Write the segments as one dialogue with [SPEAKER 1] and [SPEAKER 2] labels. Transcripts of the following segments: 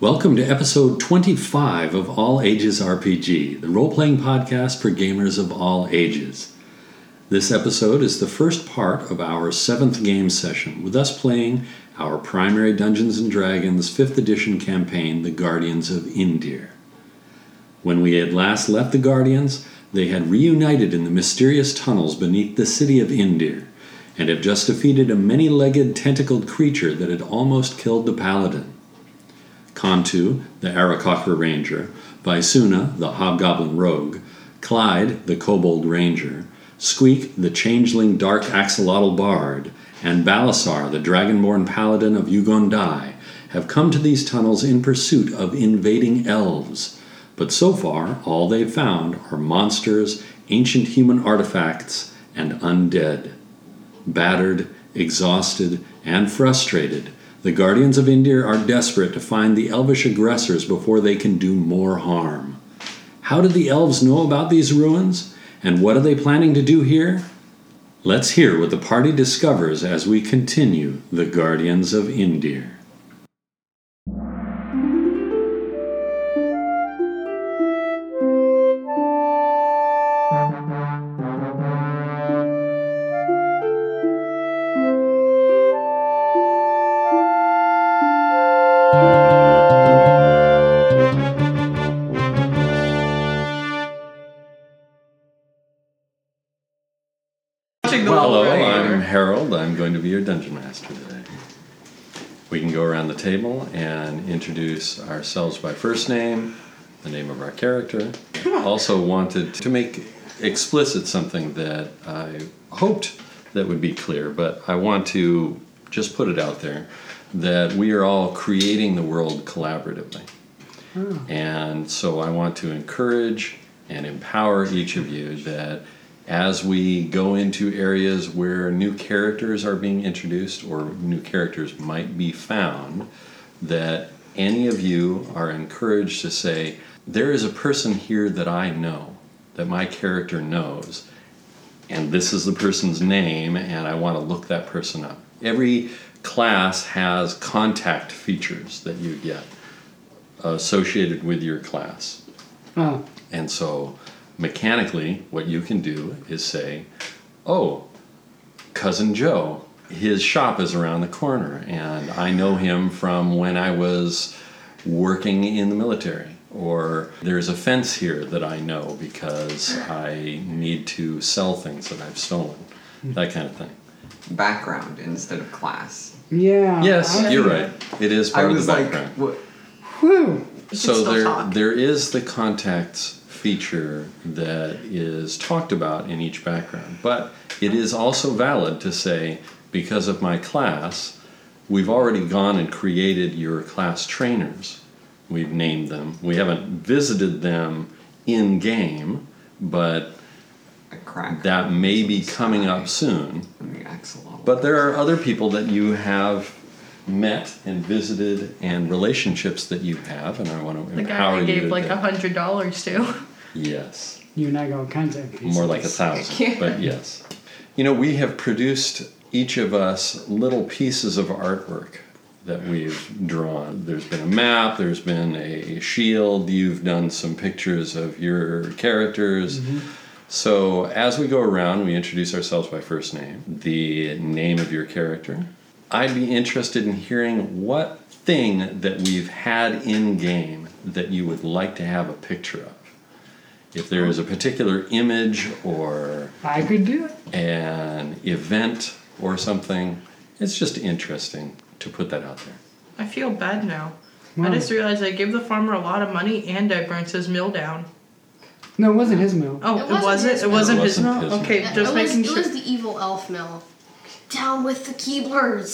[SPEAKER 1] Welcome to episode 25 of All Ages RPG, the role playing podcast for gamers of all ages. This episode is the first part of our seventh game session, with us playing our primary Dungeons and Dragons 5th edition campaign, The Guardians of Indir. When we had last left the Guardians, they had reunited in the mysterious tunnels beneath the city of Indir, and have just defeated a many legged, tentacled creature that had almost killed the Paladin. Kontu, the Arakocra Ranger, Visuna, the Hobgoblin Rogue, Clyde, the Kobold Ranger, Squeak, the Changeling Dark Axolotl Bard, and Balasar, the Dragonborn Paladin of Ugondai, have come to these tunnels in pursuit of invading elves. But so far, all they've found are monsters, ancient human artifacts, and undead. Battered, exhausted, and frustrated, the Guardians of Indir are desperate to find the elvish aggressors before they can do more harm. How did the elves know about these ruins? And what are they planning to do here? Let's hear what the party discovers as we continue The Guardians of Indir.
[SPEAKER 2] watching the
[SPEAKER 1] Well,
[SPEAKER 2] Lone
[SPEAKER 1] hello,
[SPEAKER 2] Ranger.
[SPEAKER 1] I'm Harold. I'm going to be your dungeon master today. We can go around the table and introduce ourselves by first name, the name of our character. Also, wanted to make explicit something that I hoped that would be clear, but I want to just put it out there that we are all creating the world collaboratively. And so I want to encourage and empower each of you that as we go into areas where new characters are being introduced or new characters might be found, that any of you are encouraged to say, There is a person here that I know, that my character knows, and this is the person's name, and I want to look that person up. Every class has contact features that you get associated with your class.
[SPEAKER 2] Oh.
[SPEAKER 1] And so, mechanically, what you can do is say, Oh, cousin Joe, his shop is around the corner, and I know him from when I was working in the military. Or there's a fence here that I know because I need to sell things that I've stolen, that kind of thing.
[SPEAKER 3] background instead of class. Oh,
[SPEAKER 2] Yeah.
[SPEAKER 1] Yes,
[SPEAKER 2] I-
[SPEAKER 1] you're right. It is
[SPEAKER 3] I
[SPEAKER 1] part of
[SPEAKER 3] was
[SPEAKER 1] the
[SPEAKER 3] like,
[SPEAKER 1] background.
[SPEAKER 3] what?
[SPEAKER 2] Whew.
[SPEAKER 1] so
[SPEAKER 3] still
[SPEAKER 1] there
[SPEAKER 3] talk.
[SPEAKER 1] there is the contacts feature that is talked about in each background but it is also valid to say because of my class we've already gone and created your class trainers we've named them we haven't visited them in game but
[SPEAKER 3] A crack
[SPEAKER 1] that may be coming up soon
[SPEAKER 3] in the axolotl.
[SPEAKER 1] but there are other people that you have met and visited and relationships that you have and i want to
[SPEAKER 4] The
[SPEAKER 1] empower
[SPEAKER 4] guy I
[SPEAKER 1] you
[SPEAKER 4] gave
[SPEAKER 1] to
[SPEAKER 4] like
[SPEAKER 1] do-
[SPEAKER 4] a hundred dollars to.
[SPEAKER 1] Yes,
[SPEAKER 2] You and I go contact pieces.
[SPEAKER 1] more like a thousand, but yes. You know, we have produced each of us little pieces of artwork that we've drawn. There's been a map, there's been a shield, you've done some pictures of your characters. So, as we go around, we introduce ourselves by first name, the name of your character. I'd be interested in hearing what thing that we've had in game that you would like to have a picture of if there is a particular image or
[SPEAKER 2] I could do it.
[SPEAKER 1] an event or something, it's just interesting to put that out there.
[SPEAKER 4] I feel bad now.
[SPEAKER 2] Why?
[SPEAKER 4] I just realized I gave the farmer a lot of money and I burnt his mill down.
[SPEAKER 2] No, it wasn't his mill.
[SPEAKER 4] Oh,
[SPEAKER 5] It
[SPEAKER 4] it,
[SPEAKER 5] wasn't
[SPEAKER 4] wasn't.
[SPEAKER 5] his
[SPEAKER 4] It wasn't
[SPEAKER 1] mill.
[SPEAKER 4] his
[SPEAKER 1] It wasn't
[SPEAKER 4] mill.
[SPEAKER 1] his
[SPEAKER 4] Okay,
[SPEAKER 5] Yeah,
[SPEAKER 4] just
[SPEAKER 5] it
[SPEAKER 4] making
[SPEAKER 5] was,
[SPEAKER 4] sure.
[SPEAKER 5] It was the evil elf mill. Down with the Keeblers.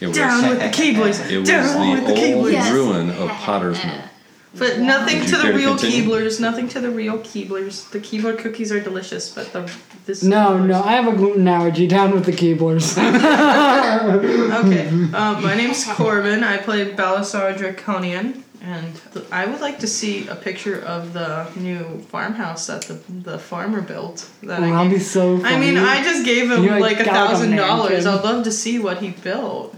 [SPEAKER 1] It was,
[SPEAKER 4] Down with the Keeblers.
[SPEAKER 1] it was
[SPEAKER 4] Down with the
[SPEAKER 1] the old
[SPEAKER 4] Keeblers.
[SPEAKER 5] Yes.
[SPEAKER 1] ruin of Potter's Mill.
[SPEAKER 4] But nothing
[SPEAKER 1] Did you care
[SPEAKER 4] to the
[SPEAKER 1] to
[SPEAKER 4] real
[SPEAKER 1] continue?
[SPEAKER 4] Keeblers. Nothing to the real Keeblers. The Keebler cookies are delicious, but the this.
[SPEAKER 2] No,
[SPEAKER 4] Keebler's-
[SPEAKER 2] no, I have a gluten allergy. Down with the Keeblers.
[SPEAKER 4] Okay. Um, my name's Corbin. I play Balasar Draconian, and th- I would like to see a picture of the new farmhouse that the, the farmer built. That
[SPEAKER 2] Oh,
[SPEAKER 4] I
[SPEAKER 2] that'd
[SPEAKER 4] gave-
[SPEAKER 2] be so
[SPEAKER 4] I mean,
[SPEAKER 2] funny.
[SPEAKER 4] I just gave him
[SPEAKER 2] You, like,
[SPEAKER 4] like a
[SPEAKER 2] got like a
[SPEAKER 4] thousand dollars.
[SPEAKER 2] mansion.
[SPEAKER 4] I'd love to see what he built.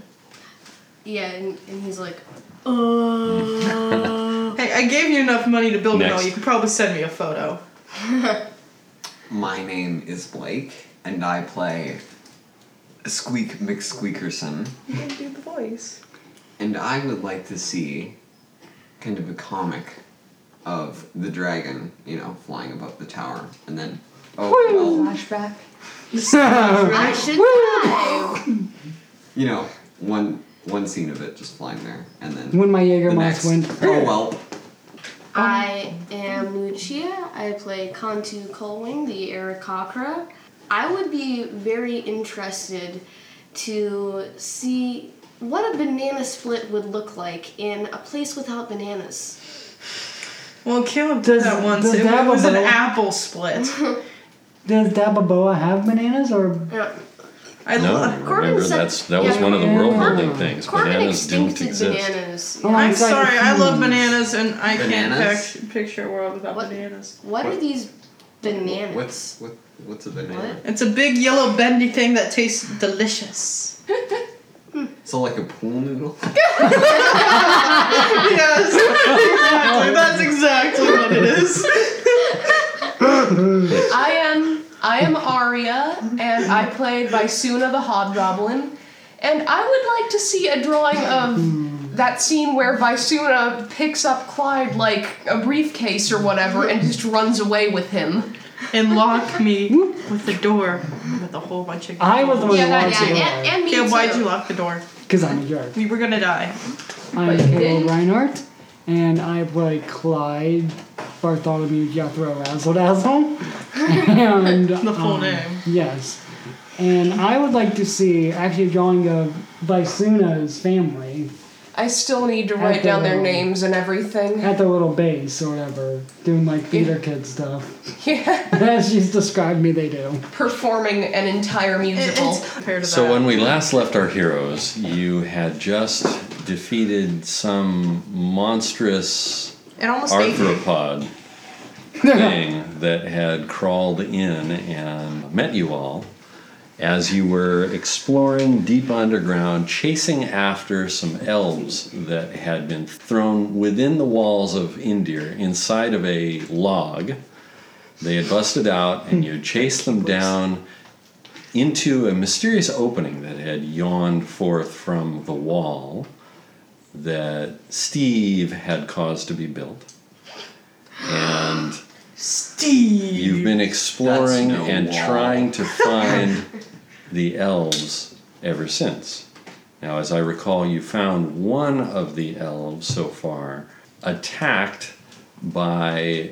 [SPEAKER 5] Yeah, and, and he's like,
[SPEAKER 4] Uh, hey, I gave you enough money to build it all.
[SPEAKER 1] Next.
[SPEAKER 4] You can probably send me a photo.
[SPEAKER 3] My name is Blake, and I play Squeak McSqueakerson.
[SPEAKER 4] You can do the voice.
[SPEAKER 3] And I would like to see kind of a comic of the dragon, you know, flying above the tower, and then oh well,
[SPEAKER 6] Flashback.
[SPEAKER 5] I
[SPEAKER 4] Right?
[SPEAKER 5] should die.
[SPEAKER 3] you know, one one scene of it just flying there, and then
[SPEAKER 2] When my
[SPEAKER 3] the
[SPEAKER 2] Jaegermeister
[SPEAKER 3] next
[SPEAKER 2] went.
[SPEAKER 3] oh well,
[SPEAKER 5] I am Lucia. I play Kantu Colwing, the Arakakra. I would be very interested to see what a banana split would look like in a place without bananas.
[SPEAKER 4] Well, Caleb did
[SPEAKER 2] Does-
[SPEAKER 4] that once.
[SPEAKER 2] does
[SPEAKER 4] It,
[SPEAKER 2] that have a
[SPEAKER 4] was an
[SPEAKER 2] bow?
[SPEAKER 4] apple split.
[SPEAKER 2] Does Dababoa have bananas or?
[SPEAKER 5] I don't-
[SPEAKER 4] I
[SPEAKER 1] No,
[SPEAKER 4] love.
[SPEAKER 5] Corbin
[SPEAKER 1] remember
[SPEAKER 5] said-
[SPEAKER 1] that's that was
[SPEAKER 5] yeah,
[SPEAKER 1] one of the
[SPEAKER 2] Corbin-
[SPEAKER 1] world building things.
[SPEAKER 5] Corbin
[SPEAKER 1] bananas don't
[SPEAKER 5] extincted
[SPEAKER 1] exist.
[SPEAKER 5] bananas.
[SPEAKER 2] Oh,
[SPEAKER 4] I'm
[SPEAKER 2] sorry,
[SPEAKER 4] sorry, I love
[SPEAKER 2] hmm.
[SPEAKER 4] bananas, and I
[SPEAKER 3] Bananas?
[SPEAKER 4] can't pic- picture a world without
[SPEAKER 5] What?
[SPEAKER 4] bananas.
[SPEAKER 5] What are these bananas?
[SPEAKER 3] what's what what's a banana?
[SPEAKER 4] It's a big yellow bendy thing that tastes delicious.
[SPEAKER 3] So like a pool noodle.
[SPEAKER 4] yes, exactly. That's exactly what it is.
[SPEAKER 6] I am I am Arya, and I played Visuna the Hobgoblin, and I would like to see a drawing of that scene where Visuna picks up Clyde like a briefcase or whatever and just runs away with him.
[SPEAKER 4] And lock me with the door with a whole bunch of.
[SPEAKER 2] I was the one
[SPEAKER 6] Yeah,
[SPEAKER 2] who
[SPEAKER 6] that-
[SPEAKER 2] wants
[SPEAKER 5] Yeah,
[SPEAKER 2] to.
[SPEAKER 5] and, and me
[SPEAKER 4] Caleb,
[SPEAKER 5] too.
[SPEAKER 4] why'd you lock the door?
[SPEAKER 2] Because I'm a jerk.
[SPEAKER 4] We were gonna die.
[SPEAKER 2] I'm
[SPEAKER 6] But
[SPEAKER 2] Caleb
[SPEAKER 6] didn't-
[SPEAKER 2] Reinhardt, and I play Clyde Bartholomew Jethro Razzle Dazzle. and
[SPEAKER 4] The full
[SPEAKER 2] um,
[SPEAKER 4] name.
[SPEAKER 2] Yes. And I would like to see actually a drawing of Visuna's family
[SPEAKER 6] I still need to write down their names and everything.
[SPEAKER 2] at the little base or whatever, doing like theater kid stuff.
[SPEAKER 6] Yeah,
[SPEAKER 2] As she's described me, they do.
[SPEAKER 6] performing an entire
[SPEAKER 4] It-
[SPEAKER 6] musical.
[SPEAKER 4] it's compared to
[SPEAKER 1] So
[SPEAKER 4] that.
[SPEAKER 1] when we last left our heroes, you had just defeated some monstrous
[SPEAKER 4] it almost ate me.
[SPEAKER 1] arthropod thing that had crawled in and met you all as you were exploring deep underground, chasing after some elves that had been thrown within the walls of Indir inside of a log. They had busted out, and
[SPEAKER 4] Hmm.
[SPEAKER 1] you chased them down into a mysterious opening that had yawned forth from the wall that Steve had caused to be built. And
[SPEAKER 4] Steve.
[SPEAKER 1] you've been exploring
[SPEAKER 3] That's no
[SPEAKER 1] and
[SPEAKER 3] wall.
[SPEAKER 1] trying to find the elves ever since. Now, as I recall, you found one of the elves so far attacked by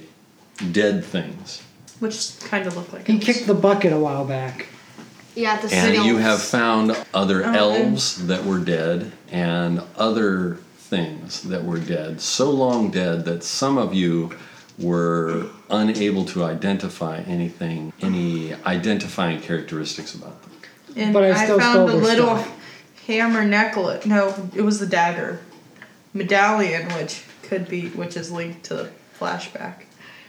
[SPEAKER 1] dead things.
[SPEAKER 4] which kind of looked like
[SPEAKER 2] He
[SPEAKER 4] us.
[SPEAKER 2] kicked the bucket a while back.
[SPEAKER 5] Yeah, the
[SPEAKER 1] And you
[SPEAKER 5] signals.
[SPEAKER 1] have found other
[SPEAKER 4] Oh, okay.
[SPEAKER 1] elves that were dead and other things that were dead, so long dead that some of you were unable to identify anything, any identifying characteristics about them.
[SPEAKER 4] And
[SPEAKER 2] But I still stole
[SPEAKER 4] found a
[SPEAKER 2] their
[SPEAKER 4] little
[SPEAKER 2] stuff.
[SPEAKER 4] hammer necklace. No, it was the dagger medallion, which could be, which is linked to the flashback.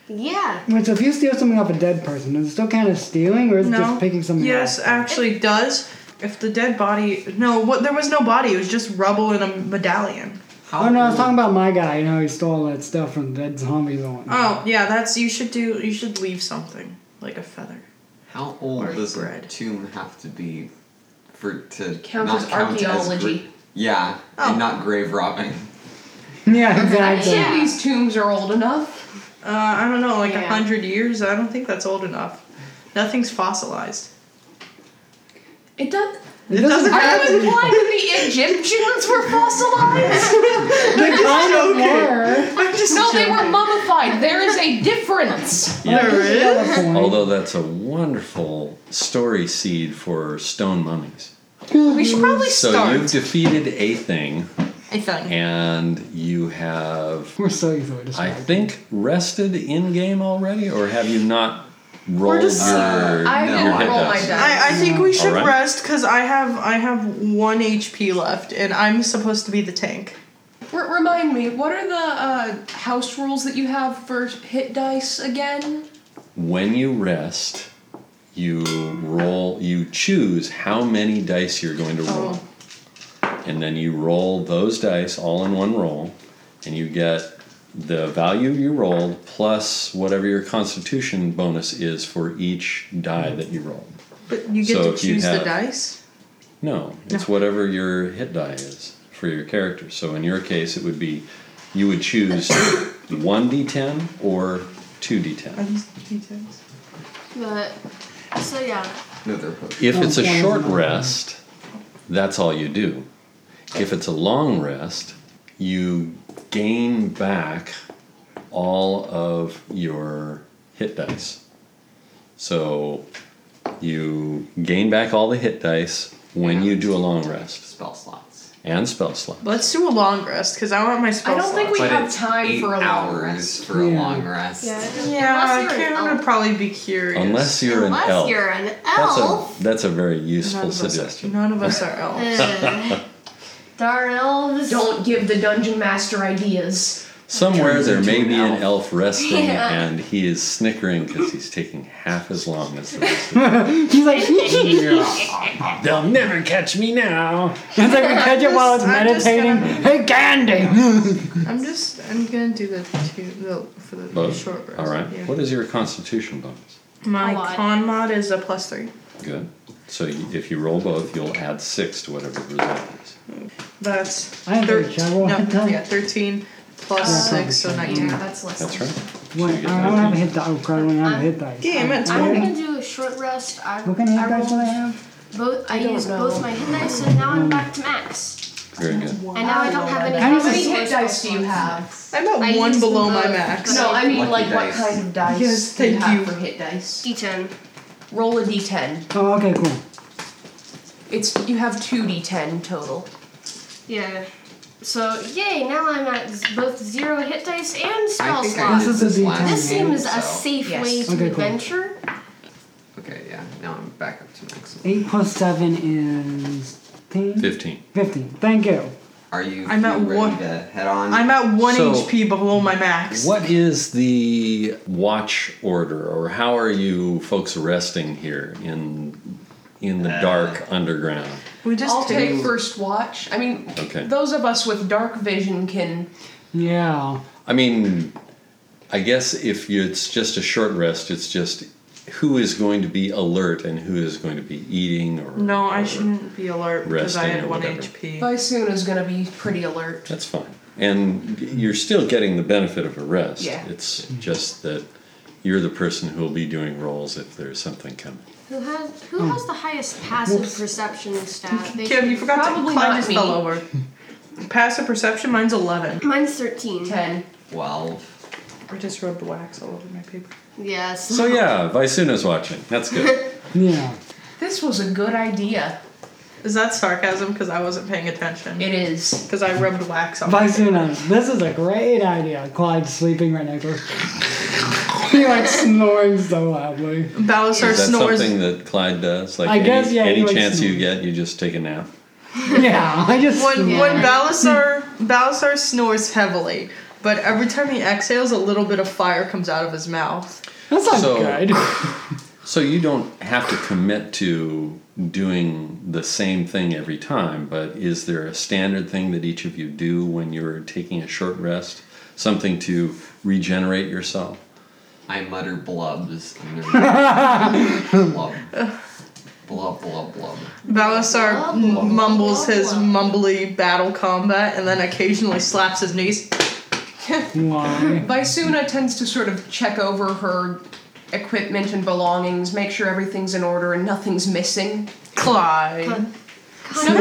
[SPEAKER 5] Yeah.
[SPEAKER 2] Which, if you steal something off a dead person, is it still kind of stealing or is it
[SPEAKER 4] no,
[SPEAKER 2] just picking something
[SPEAKER 4] yes,
[SPEAKER 2] up?
[SPEAKER 4] actually does. If the dead body, no, what there was no body. It was just rubble and a medallion.
[SPEAKER 3] How
[SPEAKER 2] Oh no, I was
[SPEAKER 3] old-
[SPEAKER 2] talking about my guy. You know, he stole all that stuff from dead zombies and whatnot.
[SPEAKER 4] Oh yeah, that's you should do. You should leave something like a feather.
[SPEAKER 3] How old
[SPEAKER 4] Or
[SPEAKER 3] does a
[SPEAKER 4] bread.
[SPEAKER 3] tomb have to be for to
[SPEAKER 6] Count
[SPEAKER 3] not
[SPEAKER 6] as
[SPEAKER 3] count As
[SPEAKER 6] archaeology.
[SPEAKER 3] gra- yeah,
[SPEAKER 4] Oh.
[SPEAKER 3] and not grave robbing.
[SPEAKER 2] Yeah, exactly.
[SPEAKER 6] Actually,
[SPEAKER 5] Yeah.
[SPEAKER 6] these tombs are old enough.
[SPEAKER 4] Uh, I don't know, like a
[SPEAKER 5] Yeah.
[SPEAKER 4] hundred years. I don't think that's old enough. Nothing's fossilized.
[SPEAKER 6] It does.
[SPEAKER 4] It doesn't
[SPEAKER 6] Are
[SPEAKER 4] have
[SPEAKER 6] you
[SPEAKER 4] to be.
[SPEAKER 6] implying that the Egyptians were fossilized?
[SPEAKER 2] They kind of
[SPEAKER 4] joking.
[SPEAKER 2] were.
[SPEAKER 4] I'm just
[SPEAKER 6] No, they were
[SPEAKER 4] joking.
[SPEAKER 6] mummified. There is a difference.
[SPEAKER 4] There is.
[SPEAKER 2] That's a point.
[SPEAKER 1] Although that's a wonderful story seed for stone mummies.
[SPEAKER 6] We should probably
[SPEAKER 1] So
[SPEAKER 6] start.
[SPEAKER 1] you've defeated a thing
[SPEAKER 4] I think.
[SPEAKER 1] and you have
[SPEAKER 2] We're so easily
[SPEAKER 1] I
[SPEAKER 2] distracted.
[SPEAKER 1] think rested in game already, or have you not rolled
[SPEAKER 4] just-
[SPEAKER 1] your?
[SPEAKER 6] uh, I
[SPEAKER 3] No,
[SPEAKER 6] didn't
[SPEAKER 1] I
[SPEAKER 6] roll my
[SPEAKER 1] don't.
[SPEAKER 6] dice.
[SPEAKER 4] I, I think we should
[SPEAKER 1] Alright.
[SPEAKER 4] rest because I have I have one HP left and I'm supposed to be the tank.
[SPEAKER 6] R- remind me, what are the uh, house rules that you have for hit dice again?
[SPEAKER 1] When you rest,
[SPEAKER 6] Oh.
[SPEAKER 1] you roll. You choose how many dice you're going to roll, and then you roll those dice all in one roll, and you get the value you rolled plus whatever your constitution bonus is for each die
[SPEAKER 6] Mm-hmm.
[SPEAKER 1] that you rolled.
[SPEAKER 4] But you get
[SPEAKER 1] So
[SPEAKER 4] to
[SPEAKER 1] if you
[SPEAKER 4] choose
[SPEAKER 1] have-
[SPEAKER 4] the dice.
[SPEAKER 1] No, it's
[SPEAKER 4] No.
[SPEAKER 1] whatever your hit die is for your character. So in your case, it would be you would choose one d10 or two
[SPEAKER 4] Are
[SPEAKER 1] d10.
[SPEAKER 4] these details?
[SPEAKER 5] But so yeah,
[SPEAKER 3] No, they're hooked.
[SPEAKER 1] If it's a
[SPEAKER 2] Okay.
[SPEAKER 1] short rest, that's all you do. If it's a long rest, you gain back all of your hit dice. So you gain back all the hit dice when you do a long rest
[SPEAKER 3] Spell slots.
[SPEAKER 1] and spell slot.
[SPEAKER 4] Let's do a long rest because I want my spell
[SPEAKER 6] I don't think
[SPEAKER 4] slots.
[SPEAKER 6] we
[SPEAKER 3] But
[SPEAKER 6] have
[SPEAKER 3] it's
[SPEAKER 6] time
[SPEAKER 3] eight
[SPEAKER 6] for a long
[SPEAKER 3] hours
[SPEAKER 6] rest.
[SPEAKER 3] for a
[SPEAKER 2] Yeah.
[SPEAKER 3] long rest.
[SPEAKER 5] yeah.
[SPEAKER 4] Yeah,
[SPEAKER 5] unless you're an
[SPEAKER 4] Karen
[SPEAKER 5] elf.
[SPEAKER 4] would probably be curious.
[SPEAKER 1] Unless you're an
[SPEAKER 5] Unless
[SPEAKER 1] elf.
[SPEAKER 5] you're an
[SPEAKER 1] That's
[SPEAKER 5] elf.
[SPEAKER 1] a that's a very
[SPEAKER 4] none
[SPEAKER 1] useful
[SPEAKER 4] of, us are,
[SPEAKER 1] suggestion.
[SPEAKER 4] none of us are elves.
[SPEAKER 5] Eh. Ugh. Darn elves.
[SPEAKER 6] Don't give the dungeon master ideas.
[SPEAKER 1] Somewhere
[SPEAKER 3] Turns
[SPEAKER 1] there may
[SPEAKER 3] into
[SPEAKER 1] be
[SPEAKER 3] an
[SPEAKER 1] an elf resting
[SPEAKER 5] Yeah.
[SPEAKER 1] and he is snickering because he's taking half as long as the rest.
[SPEAKER 2] He's like,
[SPEAKER 1] They'll never catch me now.
[SPEAKER 2] It's like we catch it while it's
[SPEAKER 4] I'm just
[SPEAKER 2] meditating.
[SPEAKER 4] gonna-
[SPEAKER 2] Hey, Candy!
[SPEAKER 4] I'm just I'm gonna do the two the for the
[SPEAKER 1] Both.
[SPEAKER 4] short rest.
[SPEAKER 1] All right.
[SPEAKER 4] yeah.
[SPEAKER 1] What is your constitution bonus?
[SPEAKER 4] My
[SPEAKER 5] A lot.
[SPEAKER 4] con mod is a plus three.
[SPEAKER 1] Good. So you, if you roll both, you'll add six to whatever the result is.
[SPEAKER 4] That's
[SPEAKER 2] I have a
[SPEAKER 4] thir-
[SPEAKER 2] shovel. I
[SPEAKER 4] No,
[SPEAKER 2] don't-
[SPEAKER 4] yeah, thirteen plus
[SPEAKER 2] Yeah.
[SPEAKER 4] six, so nineteen.
[SPEAKER 6] Yeah, that's less.
[SPEAKER 1] That's right. So you
[SPEAKER 2] Wait,
[SPEAKER 1] get
[SPEAKER 2] I don't have a
[SPEAKER 1] nineteen.
[SPEAKER 2] hit die. Oh, crud, I don't have a hit dice.
[SPEAKER 4] Damn it.
[SPEAKER 5] I'm gonna do a short rest. I,
[SPEAKER 2] What kind of hit
[SPEAKER 5] I
[SPEAKER 2] dice do I
[SPEAKER 5] rolled
[SPEAKER 2] have?
[SPEAKER 5] both. I,
[SPEAKER 6] don't
[SPEAKER 5] used
[SPEAKER 6] know.
[SPEAKER 5] both my hit dice, so now I'm back to max.
[SPEAKER 1] Very good.
[SPEAKER 5] And now I don't have any.
[SPEAKER 2] I
[SPEAKER 6] How
[SPEAKER 2] need to-
[SPEAKER 6] many hit dice do you have?
[SPEAKER 4] I'm at
[SPEAKER 5] I
[SPEAKER 4] one
[SPEAKER 5] used
[SPEAKER 4] below
[SPEAKER 5] them
[SPEAKER 4] my
[SPEAKER 5] both.
[SPEAKER 4] max.
[SPEAKER 6] No, I mean
[SPEAKER 3] Lucky
[SPEAKER 6] like what
[SPEAKER 3] dice.
[SPEAKER 6] kind of dice
[SPEAKER 4] Yes,
[SPEAKER 6] do you
[SPEAKER 4] thank
[SPEAKER 6] have
[SPEAKER 4] you.
[SPEAKER 6] for hit dice?
[SPEAKER 5] D10.
[SPEAKER 6] Roll a d10.
[SPEAKER 2] Oh, okay, cool.
[SPEAKER 6] It's you have two d10 total.
[SPEAKER 5] Yeah. So yay! Now I'm at z- both zero hit dice and
[SPEAKER 3] I
[SPEAKER 5] spell
[SPEAKER 3] think I
[SPEAKER 5] slots.
[SPEAKER 3] did
[SPEAKER 2] This
[SPEAKER 3] this,
[SPEAKER 2] is a D10.
[SPEAKER 3] last
[SPEAKER 5] This
[SPEAKER 3] game,
[SPEAKER 5] seems a
[SPEAKER 3] so-
[SPEAKER 5] safe
[SPEAKER 6] Yes.
[SPEAKER 5] way to
[SPEAKER 2] Okay, cool.
[SPEAKER 5] adventure.
[SPEAKER 3] Okay, yeah. Now I'm back up to maximum.
[SPEAKER 2] 8 plus 7 is 15?
[SPEAKER 1] Fifteen.
[SPEAKER 2] 15. Thank you.
[SPEAKER 3] Are you?
[SPEAKER 4] I'm at
[SPEAKER 3] you ready
[SPEAKER 4] one-
[SPEAKER 3] to head on?
[SPEAKER 4] I'm at one
[SPEAKER 1] So-
[SPEAKER 4] HP below my max.
[SPEAKER 1] What is the watch order, or how are you folks resting here in in the dark underground?
[SPEAKER 4] We just
[SPEAKER 6] I'll
[SPEAKER 4] take,
[SPEAKER 6] take first watch. I mean,
[SPEAKER 1] Okay.
[SPEAKER 6] those of us with dark vision can.
[SPEAKER 2] Yeah.
[SPEAKER 1] I mean, I guess if you, it's just a short rest, it's just who is going to be alert and who is going to be eating or
[SPEAKER 4] No, I
[SPEAKER 1] or-
[SPEAKER 4] shouldn't be alert because I
[SPEAKER 1] Resting or
[SPEAKER 4] had one
[SPEAKER 1] whatever.
[SPEAKER 4] HP.
[SPEAKER 6] Vaisun is gonna be pretty alert.
[SPEAKER 1] That's fine, and you're still getting the benefit of a rest.
[SPEAKER 6] Yeah.
[SPEAKER 1] It's just that you're the person who will be doing rolls if there's something coming.
[SPEAKER 5] Who has who has the highest passive perception stat? They
[SPEAKER 4] Kim,
[SPEAKER 5] should-
[SPEAKER 4] you forgot
[SPEAKER 6] Probably
[SPEAKER 4] to
[SPEAKER 6] not
[SPEAKER 4] climb this
[SPEAKER 6] me.
[SPEAKER 4] fell over. Passive perception, mine's eleven.
[SPEAKER 5] Mine's thirteen.
[SPEAKER 6] Ten.
[SPEAKER 3] twelve.
[SPEAKER 4] I just rubbed wax all over my paper.
[SPEAKER 5] Yes.
[SPEAKER 1] So yeah, Vaisuna's watching. That's good.
[SPEAKER 2] Yeah.
[SPEAKER 6] This was a good idea.
[SPEAKER 4] Is that sarcasm? Because I wasn't paying attention.
[SPEAKER 6] It is.
[SPEAKER 4] Because I rubbed wax on. my
[SPEAKER 2] Visuna, this is a great idea. Clyde's sleeping right next to her. he like snoring so loudly.
[SPEAKER 4] Balasar
[SPEAKER 1] Is that
[SPEAKER 4] snores.
[SPEAKER 1] something that Clyde does? Like
[SPEAKER 2] I
[SPEAKER 1] any,
[SPEAKER 2] guess, yeah, he
[SPEAKER 1] any
[SPEAKER 2] likes
[SPEAKER 1] chance
[SPEAKER 2] to-
[SPEAKER 1] you get, you just take a nap.
[SPEAKER 2] Yeah, I just.
[SPEAKER 4] When
[SPEAKER 2] snore.
[SPEAKER 4] when Balasar Balasar snores heavily, but every time he exhales, a little bit of fire comes out of his mouth.
[SPEAKER 2] That's not
[SPEAKER 1] So-
[SPEAKER 2] good.
[SPEAKER 1] So you don't have to commit to doing the same thing every time, but is there a standard thing that each of you do when you're taking a short rest? Something to regenerate yourself?
[SPEAKER 3] I mutter blubs. And they're- blub. Blub, blub, blub.
[SPEAKER 6] Oh.
[SPEAKER 4] Balasar m- mumbles his mumbly battle combat and then occasionally slaps his knees.
[SPEAKER 2] Why?
[SPEAKER 6] Vaisuna tends to sort of check over her equipment and belongings, make sure everything's in order and nothing's missing.
[SPEAKER 4] Clyde.
[SPEAKER 6] No,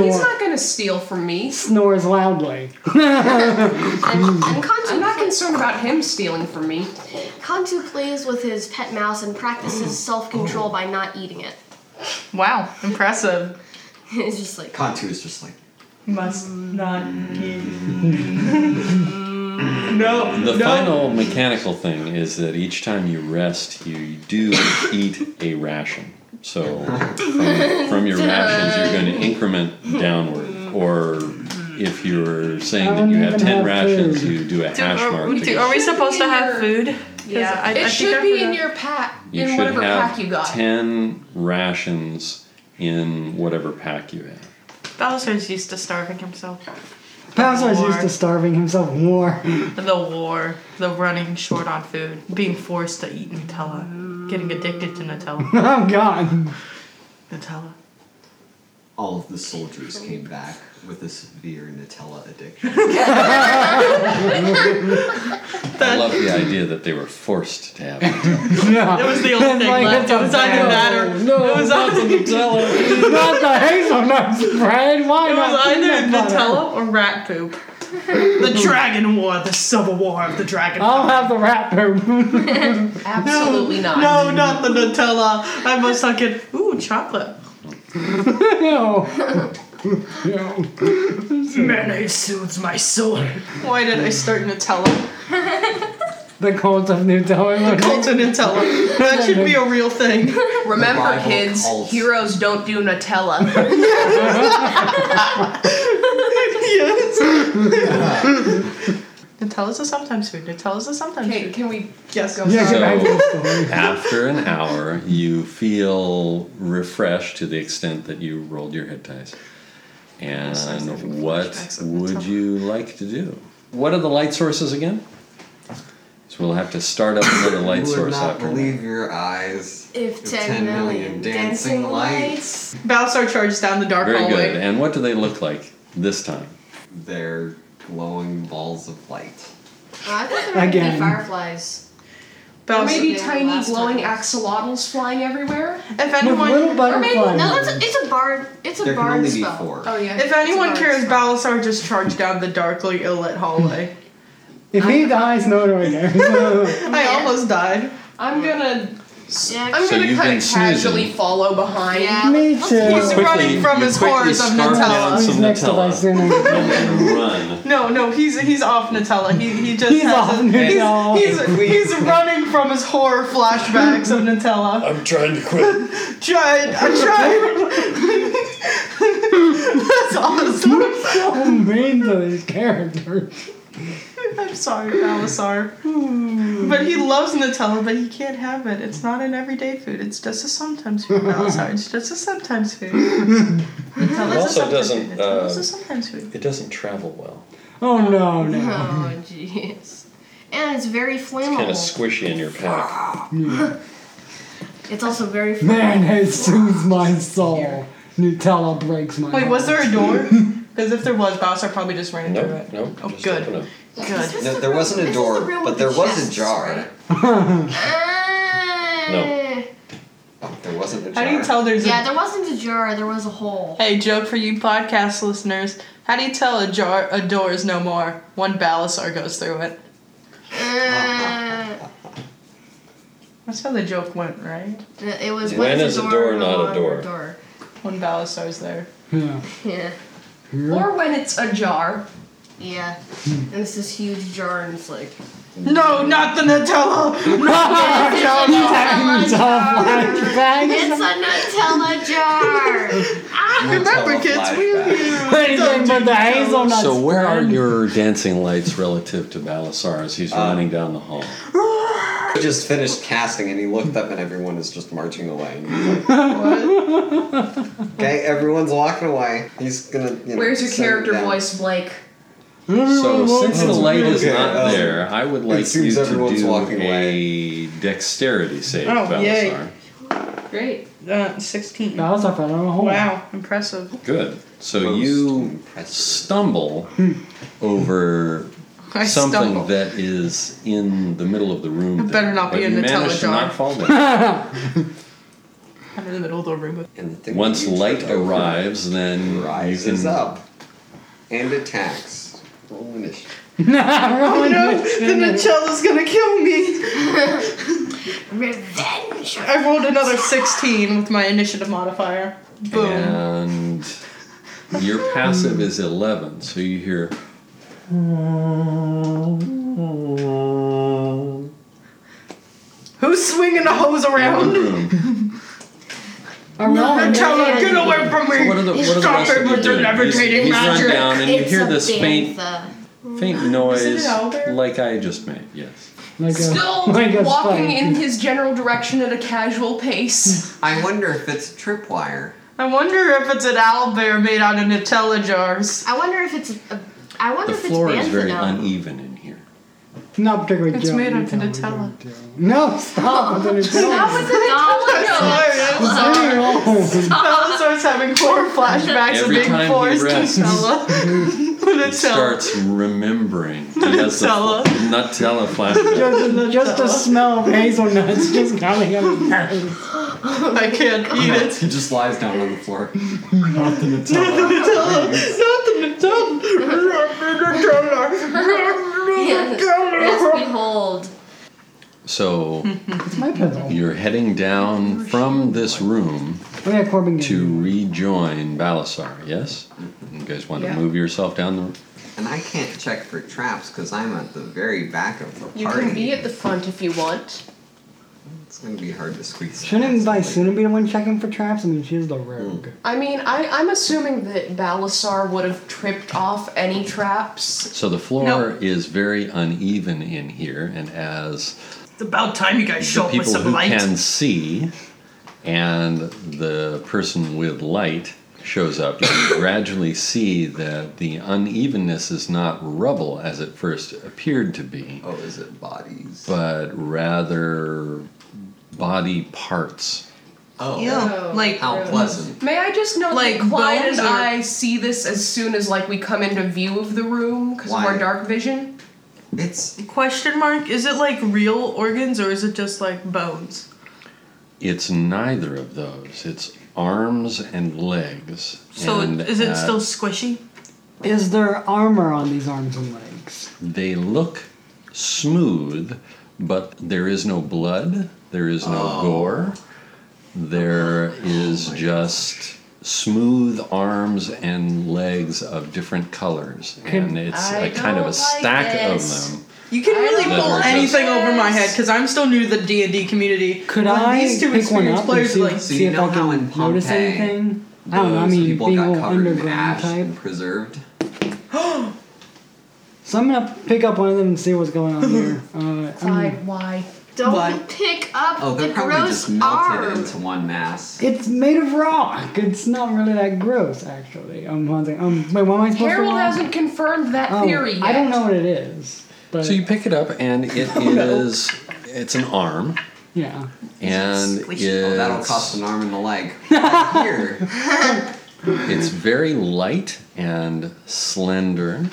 [SPEAKER 6] he's
[SPEAKER 2] Snore.
[SPEAKER 6] not gonna steal from me.
[SPEAKER 2] Snores loudly.
[SPEAKER 5] And, and
[SPEAKER 6] I'm not
[SPEAKER 5] Kantu,
[SPEAKER 6] concerned about him stealing from me.
[SPEAKER 5] Kantu plays with his pet mouse and practices self control by not eating it.
[SPEAKER 4] Wow, impressive.
[SPEAKER 5] it's just like
[SPEAKER 3] Kantu is just like.
[SPEAKER 4] Must not eat. no,
[SPEAKER 1] The
[SPEAKER 4] no.
[SPEAKER 1] final mechanical thing is that each time you rest, you do eat a ration. So from, from your rations, you're going to increment downward. Or if you're
[SPEAKER 2] I
[SPEAKER 1] saying that
[SPEAKER 2] don't
[SPEAKER 1] you have
[SPEAKER 2] even
[SPEAKER 1] 10
[SPEAKER 2] have
[SPEAKER 1] rations,
[SPEAKER 2] food.
[SPEAKER 1] you do a
[SPEAKER 4] Do-
[SPEAKER 1] hash mark.
[SPEAKER 4] are,
[SPEAKER 1] to
[SPEAKER 4] do-
[SPEAKER 1] get-
[SPEAKER 4] are we supposed to have
[SPEAKER 6] Sure.
[SPEAKER 4] food? 'Cause
[SPEAKER 5] Yeah.
[SPEAKER 4] I, I
[SPEAKER 6] It
[SPEAKER 4] think I
[SPEAKER 6] should be in
[SPEAKER 4] forgot.
[SPEAKER 6] your pack,
[SPEAKER 1] You
[SPEAKER 6] in
[SPEAKER 1] should
[SPEAKER 6] whatever
[SPEAKER 1] have
[SPEAKER 6] pack you got.
[SPEAKER 1] ten rations in whatever pack you have.
[SPEAKER 4] Balasar's used to starving himself.
[SPEAKER 2] Palsar's used
[SPEAKER 4] War.
[SPEAKER 2] to starving himself more.
[SPEAKER 4] The war, the running short on food, being forced to eat Nutella, getting addicted to Nutella.
[SPEAKER 2] I'm gone.
[SPEAKER 4] Nutella.
[SPEAKER 3] All of the soldiers came back with a severe Nutella addiction.
[SPEAKER 1] I love the idea that they were forced to have it.
[SPEAKER 2] Yeah.
[SPEAKER 4] That was the only
[SPEAKER 2] And,
[SPEAKER 4] thing
[SPEAKER 2] like,
[SPEAKER 4] left.
[SPEAKER 2] it's
[SPEAKER 4] It
[SPEAKER 2] a
[SPEAKER 4] was either
[SPEAKER 2] fail.
[SPEAKER 4] that or it was
[SPEAKER 1] not the
[SPEAKER 4] either, it
[SPEAKER 1] Nutella.
[SPEAKER 2] Not the hazelnut spread. Why
[SPEAKER 4] was
[SPEAKER 2] not
[SPEAKER 4] either
[SPEAKER 2] peanut butter?
[SPEAKER 4] Nutella or rat poop. The Dragon War, the Civil War of the Dragon.
[SPEAKER 2] I'll have the rat poop.
[SPEAKER 6] Absolutely not.
[SPEAKER 4] No, not the Nutella. I must not get ooh chocolate.
[SPEAKER 2] no. no.
[SPEAKER 4] Mayonnaise soothes my soul. Why did I start Nutella?
[SPEAKER 2] The cult of New Delhi.
[SPEAKER 4] Cult of Nutella. That should be a real thing.
[SPEAKER 6] Remember,
[SPEAKER 3] Rival
[SPEAKER 6] kids,
[SPEAKER 3] cults.
[SPEAKER 6] heroes don't do Nutella.
[SPEAKER 4] yes. Nutella's a sometimes food. Nutella's a sometimes
[SPEAKER 6] okay,
[SPEAKER 4] food.
[SPEAKER 6] can we
[SPEAKER 4] Yes.
[SPEAKER 6] go?
[SPEAKER 2] Yeah,
[SPEAKER 1] So-
[SPEAKER 2] get back to the story.
[SPEAKER 1] After an hour, you feel refreshed to the extent that you rolled your hit dice. And what would you like to do? What are the light sources again? So we'll have to start up another light
[SPEAKER 3] you would
[SPEAKER 1] source
[SPEAKER 3] not
[SPEAKER 1] after. that.
[SPEAKER 3] believe your eyes.
[SPEAKER 5] If
[SPEAKER 3] If
[SPEAKER 5] 10
[SPEAKER 3] 10 million
[SPEAKER 5] million
[SPEAKER 3] dancing lights.
[SPEAKER 4] Balsar charges down the dark
[SPEAKER 1] Very
[SPEAKER 4] hallway.
[SPEAKER 1] good. And what do they look like this time?
[SPEAKER 3] They're glowing balls of light.
[SPEAKER 5] Oh, I thought there were gonna
[SPEAKER 2] Again.
[SPEAKER 5] be fireflies.
[SPEAKER 6] Or
[SPEAKER 4] Balsar-
[SPEAKER 6] maybe
[SPEAKER 5] Yeah,
[SPEAKER 6] tiny
[SPEAKER 5] last
[SPEAKER 6] glowing
[SPEAKER 5] time.
[SPEAKER 6] axolotls flying everywhere?
[SPEAKER 4] if
[SPEAKER 2] With little
[SPEAKER 4] anyone,
[SPEAKER 5] No, that's
[SPEAKER 2] butterflies.
[SPEAKER 5] a, it's a bard. It's a
[SPEAKER 3] There can
[SPEAKER 5] bard
[SPEAKER 3] only
[SPEAKER 5] spell.
[SPEAKER 3] be four.
[SPEAKER 6] Oh, yeah.
[SPEAKER 4] if anyone
[SPEAKER 5] It's a
[SPEAKER 4] cares,
[SPEAKER 5] dark
[SPEAKER 4] Balsar just charged down the darkly ill-lit hallway.
[SPEAKER 2] If he dies, no one cares.
[SPEAKER 4] I almost died.
[SPEAKER 6] I'm gonna.
[SPEAKER 5] Yeah,
[SPEAKER 6] I'm
[SPEAKER 1] So
[SPEAKER 6] gonna
[SPEAKER 1] you've
[SPEAKER 6] kind
[SPEAKER 1] been
[SPEAKER 6] of casually
[SPEAKER 1] snoozing.
[SPEAKER 6] follow behind.
[SPEAKER 5] Yeah.
[SPEAKER 2] Me
[SPEAKER 4] He's
[SPEAKER 2] too.
[SPEAKER 4] running from
[SPEAKER 1] you
[SPEAKER 4] his
[SPEAKER 1] quickly
[SPEAKER 4] horrors of
[SPEAKER 1] scarf down
[SPEAKER 4] Nutella.
[SPEAKER 1] some
[SPEAKER 2] Oh, He's next to my
[SPEAKER 1] Nutella
[SPEAKER 2] sinner.
[SPEAKER 1] and run.
[SPEAKER 4] No, no, he's he's off Nutella. He he just
[SPEAKER 2] He's
[SPEAKER 4] has
[SPEAKER 2] off
[SPEAKER 4] a-
[SPEAKER 2] Nutella.
[SPEAKER 4] He's, he's, he's running from his horror flashbacks of Nutella.
[SPEAKER 1] I'm trying to quit.
[SPEAKER 4] Tried, I tried. That's awesome.
[SPEAKER 2] so mean to these characters.
[SPEAKER 4] I'm sorry, Balasar. But he loves Nutella, but he can't have it. It's not an everyday food. It's just a sometimes food, Balasar. It's just a sometimes food. Nutella's
[SPEAKER 1] also
[SPEAKER 4] a sometimes
[SPEAKER 1] doesn't,
[SPEAKER 4] Food. Nutella's
[SPEAKER 1] uh,
[SPEAKER 4] a sometimes food.
[SPEAKER 1] It doesn't travel well.
[SPEAKER 2] Oh no, no.
[SPEAKER 5] Oh jeez. And it's very flammable.
[SPEAKER 4] Oh.
[SPEAKER 1] Kind of squishy in your pack.
[SPEAKER 4] Ah,
[SPEAKER 5] It's also very
[SPEAKER 2] Man, it soothes my soul. Nutella breaks my
[SPEAKER 4] Wait,
[SPEAKER 2] heart.
[SPEAKER 4] was there a door? Because if there was, Balasar probably just ran
[SPEAKER 1] No,
[SPEAKER 4] through it.
[SPEAKER 1] no.
[SPEAKER 4] Oh,
[SPEAKER 1] just
[SPEAKER 4] good.
[SPEAKER 1] open up.
[SPEAKER 4] Good.
[SPEAKER 5] This is
[SPEAKER 3] No,
[SPEAKER 5] the
[SPEAKER 3] there
[SPEAKER 5] room-
[SPEAKER 3] wasn't a
[SPEAKER 5] this is the
[SPEAKER 3] door,
[SPEAKER 5] room
[SPEAKER 3] but
[SPEAKER 5] with
[SPEAKER 3] there
[SPEAKER 5] the
[SPEAKER 3] was a
[SPEAKER 5] chests,
[SPEAKER 3] jar.
[SPEAKER 5] right?
[SPEAKER 1] No.
[SPEAKER 3] Oh, there wasn't a jar.
[SPEAKER 4] How do you tell there's
[SPEAKER 5] Uh, Yeah,
[SPEAKER 4] a
[SPEAKER 5] there wasn't a jar. There was a hole. Uh,
[SPEAKER 4] Hey, joke for you podcast listeners. How do you tell a jar a door is no more? One balasar goes through it.
[SPEAKER 5] Uh,
[SPEAKER 4] That's how the joke went, right?
[SPEAKER 5] it was
[SPEAKER 1] When
[SPEAKER 5] when
[SPEAKER 1] is a door
[SPEAKER 5] no
[SPEAKER 1] not a
[SPEAKER 5] longer
[SPEAKER 1] door?
[SPEAKER 5] door?
[SPEAKER 4] One balasar's there.
[SPEAKER 2] Yeah.
[SPEAKER 5] Yeah.
[SPEAKER 6] Or when it's a jar.
[SPEAKER 5] Yeah. And it's this huge jar and it's like
[SPEAKER 4] No, not the Nutella!
[SPEAKER 5] Nutella jar.
[SPEAKER 2] Thanks.
[SPEAKER 5] It's a Nutella jar.
[SPEAKER 4] Remember, kids, we
[SPEAKER 2] Anything but the hazelnut
[SPEAKER 1] So where are
[SPEAKER 2] spread.
[SPEAKER 1] your dancing lights relative to Balasar as he's running down the hall?
[SPEAKER 3] He just finished casting and he looked up and everyone is just marching away. And he's like, okay, everyone's walking away. He's gonna. You know,
[SPEAKER 6] Where's your
[SPEAKER 3] send it
[SPEAKER 6] character
[SPEAKER 3] down.
[SPEAKER 6] voice, Blake?
[SPEAKER 1] So since the light is
[SPEAKER 3] Okay,
[SPEAKER 1] not
[SPEAKER 3] um,
[SPEAKER 1] there, I would like you
[SPEAKER 3] seems
[SPEAKER 1] to
[SPEAKER 3] everyone's
[SPEAKER 1] do
[SPEAKER 3] walking
[SPEAKER 1] a dexterity save,
[SPEAKER 4] Oh, yay.
[SPEAKER 1] Balasar.
[SPEAKER 6] Great.
[SPEAKER 4] Uh, 16.
[SPEAKER 2] That was a federal hole.
[SPEAKER 4] Wow, impressive.
[SPEAKER 1] Good. So
[SPEAKER 3] Most
[SPEAKER 1] you
[SPEAKER 3] impressive.
[SPEAKER 1] stumble
[SPEAKER 4] Hmm.
[SPEAKER 1] over
[SPEAKER 4] I
[SPEAKER 1] something
[SPEAKER 4] stumbled.
[SPEAKER 1] that is in the middle of the room.
[SPEAKER 4] It better
[SPEAKER 1] there,
[SPEAKER 4] not be
[SPEAKER 1] but
[SPEAKER 4] a
[SPEAKER 1] you
[SPEAKER 4] Nutella
[SPEAKER 1] managed to
[SPEAKER 4] jar.
[SPEAKER 1] not fall down.
[SPEAKER 4] I'm in the middle of the room.
[SPEAKER 3] And the thing
[SPEAKER 1] Once
[SPEAKER 3] that you
[SPEAKER 1] light
[SPEAKER 3] tripped over
[SPEAKER 1] arrives, then you
[SPEAKER 3] rises
[SPEAKER 1] can
[SPEAKER 3] up and attacks. Roll initiative.
[SPEAKER 4] Oh no, the Nutella's gonna kill me!
[SPEAKER 5] Revenge.
[SPEAKER 4] I rolled another 16 with my initiative modifier. Boom.
[SPEAKER 1] And your passive is 11, so you hear.
[SPEAKER 4] Who's swinging the hose
[SPEAKER 1] in the
[SPEAKER 4] around?
[SPEAKER 1] room.
[SPEAKER 2] Around.
[SPEAKER 4] Nutella, get away from me!
[SPEAKER 1] What are the, what are the
[SPEAKER 4] Stop
[SPEAKER 1] rest
[SPEAKER 4] it
[SPEAKER 1] of you
[SPEAKER 4] with your
[SPEAKER 1] doing? He's,
[SPEAKER 4] levitating
[SPEAKER 1] he's run
[SPEAKER 4] magic.
[SPEAKER 1] down, and you
[SPEAKER 5] It's
[SPEAKER 1] hear
[SPEAKER 5] a
[SPEAKER 1] this faint,
[SPEAKER 5] bantha.
[SPEAKER 1] faint noise
[SPEAKER 4] owlbear?
[SPEAKER 1] like I just made. Yes.
[SPEAKER 2] Like a-
[SPEAKER 6] Still
[SPEAKER 2] like a
[SPEAKER 6] walking
[SPEAKER 2] spike.
[SPEAKER 6] in his general direction at a casual pace.
[SPEAKER 3] I wonder if it's a tripwire.
[SPEAKER 4] I wonder if it's an owlbear made out of Nutella jars.
[SPEAKER 5] I wonder if it's. A, I wonder
[SPEAKER 1] The
[SPEAKER 5] Oh, if
[SPEAKER 1] floor
[SPEAKER 5] it's
[SPEAKER 1] is very
[SPEAKER 5] Bantha now.
[SPEAKER 1] uneven in here.
[SPEAKER 2] Not particularly
[SPEAKER 4] It's
[SPEAKER 2] jelly,
[SPEAKER 4] made out of
[SPEAKER 2] jelly,
[SPEAKER 4] Nutella.
[SPEAKER 2] jelly. No, stop with the
[SPEAKER 6] Stop
[SPEAKER 5] Oh,
[SPEAKER 2] Nutella.
[SPEAKER 6] with the Nutella jars.
[SPEAKER 4] Sorry. Bella Oh, starts having horror flashbacks
[SPEAKER 1] Every
[SPEAKER 4] of being
[SPEAKER 1] time he
[SPEAKER 4] forced to
[SPEAKER 1] rests.
[SPEAKER 4] Nutella. Nutella.
[SPEAKER 1] He starts remembering. He has the
[SPEAKER 4] Nutella.
[SPEAKER 1] Nutella flashback.
[SPEAKER 2] Just, just the smell of hazelnuts just coming out of his nose.
[SPEAKER 4] I can't eat it.
[SPEAKER 3] He just lies down on the floor. Not the Nutella.
[SPEAKER 4] Nutella. Not the Nutella.
[SPEAKER 5] Yes. yes, behold.
[SPEAKER 1] So
[SPEAKER 2] It's my pillow.
[SPEAKER 1] you're heading down from this room
[SPEAKER 2] Oh yeah, Corbin gave me.
[SPEAKER 1] to rejoin Balasar, yes? You guys want
[SPEAKER 4] Yeah.
[SPEAKER 1] to move yourself down the
[SPEAKER 3] and I can't check for traps because I'm at the very back of the
[SPEAKER 6] You
[SPEAKER 3] party.
[SPEAKER 6] can be at the front if you want.
[SPEAKER 3] It's gonna be hard to squeeze.
[SPEAKER 2] Shouldn't my
[SPEAKER 3] past somebody.
[SPEAKER 2] Suna be the one checking for traps? I mean, she's the rogue.
[SPEAKER 1] Hmm.
[SPEAKER 6] I mean, I, I'm assuming that Balasar would have tripped off any traps.
[SPEAKER 1] So the floor
[SPEAKER 4] No.
[SPEAKER 1] is very uneven in here, and as
[SPEAKER 4] It's about time you guys show
[SPEAKER 1] the
[SPEAKER 4] up with
[SPEAKER 1] people
[SPEAKER 4] some
[SPEAKER 1] who
[SPEAKER 4] light.
[SPEAKER 1] can see and the person with light shows up, you gradually see that the unevenness is not rubble as it first appeared to be,
[SPEAKER 3] Oh, is it bodies?
[SPEAKER 1] but rather body parts.
[SPEAKER 3] oh,
[SPEAKER 4] Yeah, like
[SPEAKER 3] how pleasant.
[SPEAKER 6] May I just note
[SPEAKER 4] Like,
[SPEAKER 6] that Clyde
[SPEAKER 4] bones
[SPEAKER 6] and
[SPEAKER 4] are-
[SPEAKER 6] I see this as soon as like we come into view of the room because of
[SPEAKER 3] Why?
[SPEAKER 6] our dark vision?
[SPEAKER 3] It's
[SPEAKER 4] question mark? Is it like real organs or is it just like bones?
[SPEAKER 1] It's neither of those. It's arms and legs.
[SPEAKER 4] So
[SPEAKER 1] and uh,
[SPEAKER 4] is it
[SPEAKER 1] at-
[SPEAKER 4] still squishy?
[SPEAKER 2] Is there armor on these arms and legs?
[SPEAKER 1] They look smooth, but there is no blood, there is no gore. There is just smooth arms and legs of different colors. and it's
[SPEAKER 6] I
[SPEAKER 1] a kind of a
[SPEAKER 6] don't like
[SPEAKER 1] stack
[SPEAKER 6] this.
[SPEAKER 1] of them.
[SPEAKER 4] You can
[SPEAKER 6] I
[SPEAKER 4] really
[SPEAKER 6] don't
[SPEAKER 4] pull
[SPEAKER 1] like
[SPEAKER 4] anything
[SPEAKER 6] this.
[SPEAKER 4] over my head because I'm still new to the D and D community.
[SPEAKER 2] Could
[SPEAKER 4] When
[SPEAKER 2] I
[SPEAKER 4] these two
[SPEAKER 2] pick one
[SPEAKER 4] experienced
[SPEAKER 2] up and
[SPEAKER 4] players
[SPEAKER 2] see,
[SPEAKER 4] like
[SPEAKER 3] So
[SPEAKER 2] see
[SPEAKER 3] you
[SPEAKER 2] if
[SPEAKER 3] know
[SPEAKER 2] I
[SPEAKER 3] how in
[SPEAKER 2] can notice
[SPEAKER 3] Pompeii,
[SPEAKER 2] anything? I don't know. I
[SPEAKER 3] those
[SPEAKER 2] mean,
[SPEAKER 3] people
[SPEAKER 2] being a
[SPEAKER 3] got
[SPEAKER 2] little
[SPEAKER 3] covered in
[SPEAKER 2] underground
[SPEAKER 3] ash
[SPEAKER 2] type.
[SPEAKER 3] and preserved.
[SPEAKER 2] So I'm gonna pick up one of them and see what's going on here. Uh, I mean,
[SPEAKER 6] Clyde, why?
[SPEAKER 5] Don't
[SPEAKER 4] Why?
[SPEAKER 5] pick up
[SPEAKER 3] Oh,
[SPEAKER 5] the
[SPEAKER 3] they're probably
[SPEAKER 5] gross
[SPEAKER 3] just melted
[SPEAKER 5] arm.
[SPEAKER 3] into one mass.
[SPEAKER 2] it's made of rock. It's not really that gross, actually. I'm haunting. Um, wait, what am I supposed to?
[SPEAKER 6] Harold
[SPEAKER 2] roll?
[SPEAKER 6] hasn't confirmed that
[SPEAKER 2] Oh,
[SPEAKER 6] theory yet.
[SPEAKER 2] I don't know what it is, but
[SPEAKER 1] So you pick it up and it is it's an arm
[SPEAKER 2] yeah,
[SPEAKER 1] and
[SPEAKER 4] squishy?
[SPEAKER 1] it's,
[SPEAKER 3] Oh, that'll cost an arm and a leg. Right Here,
[SPEAKER 1] it's very light and slender.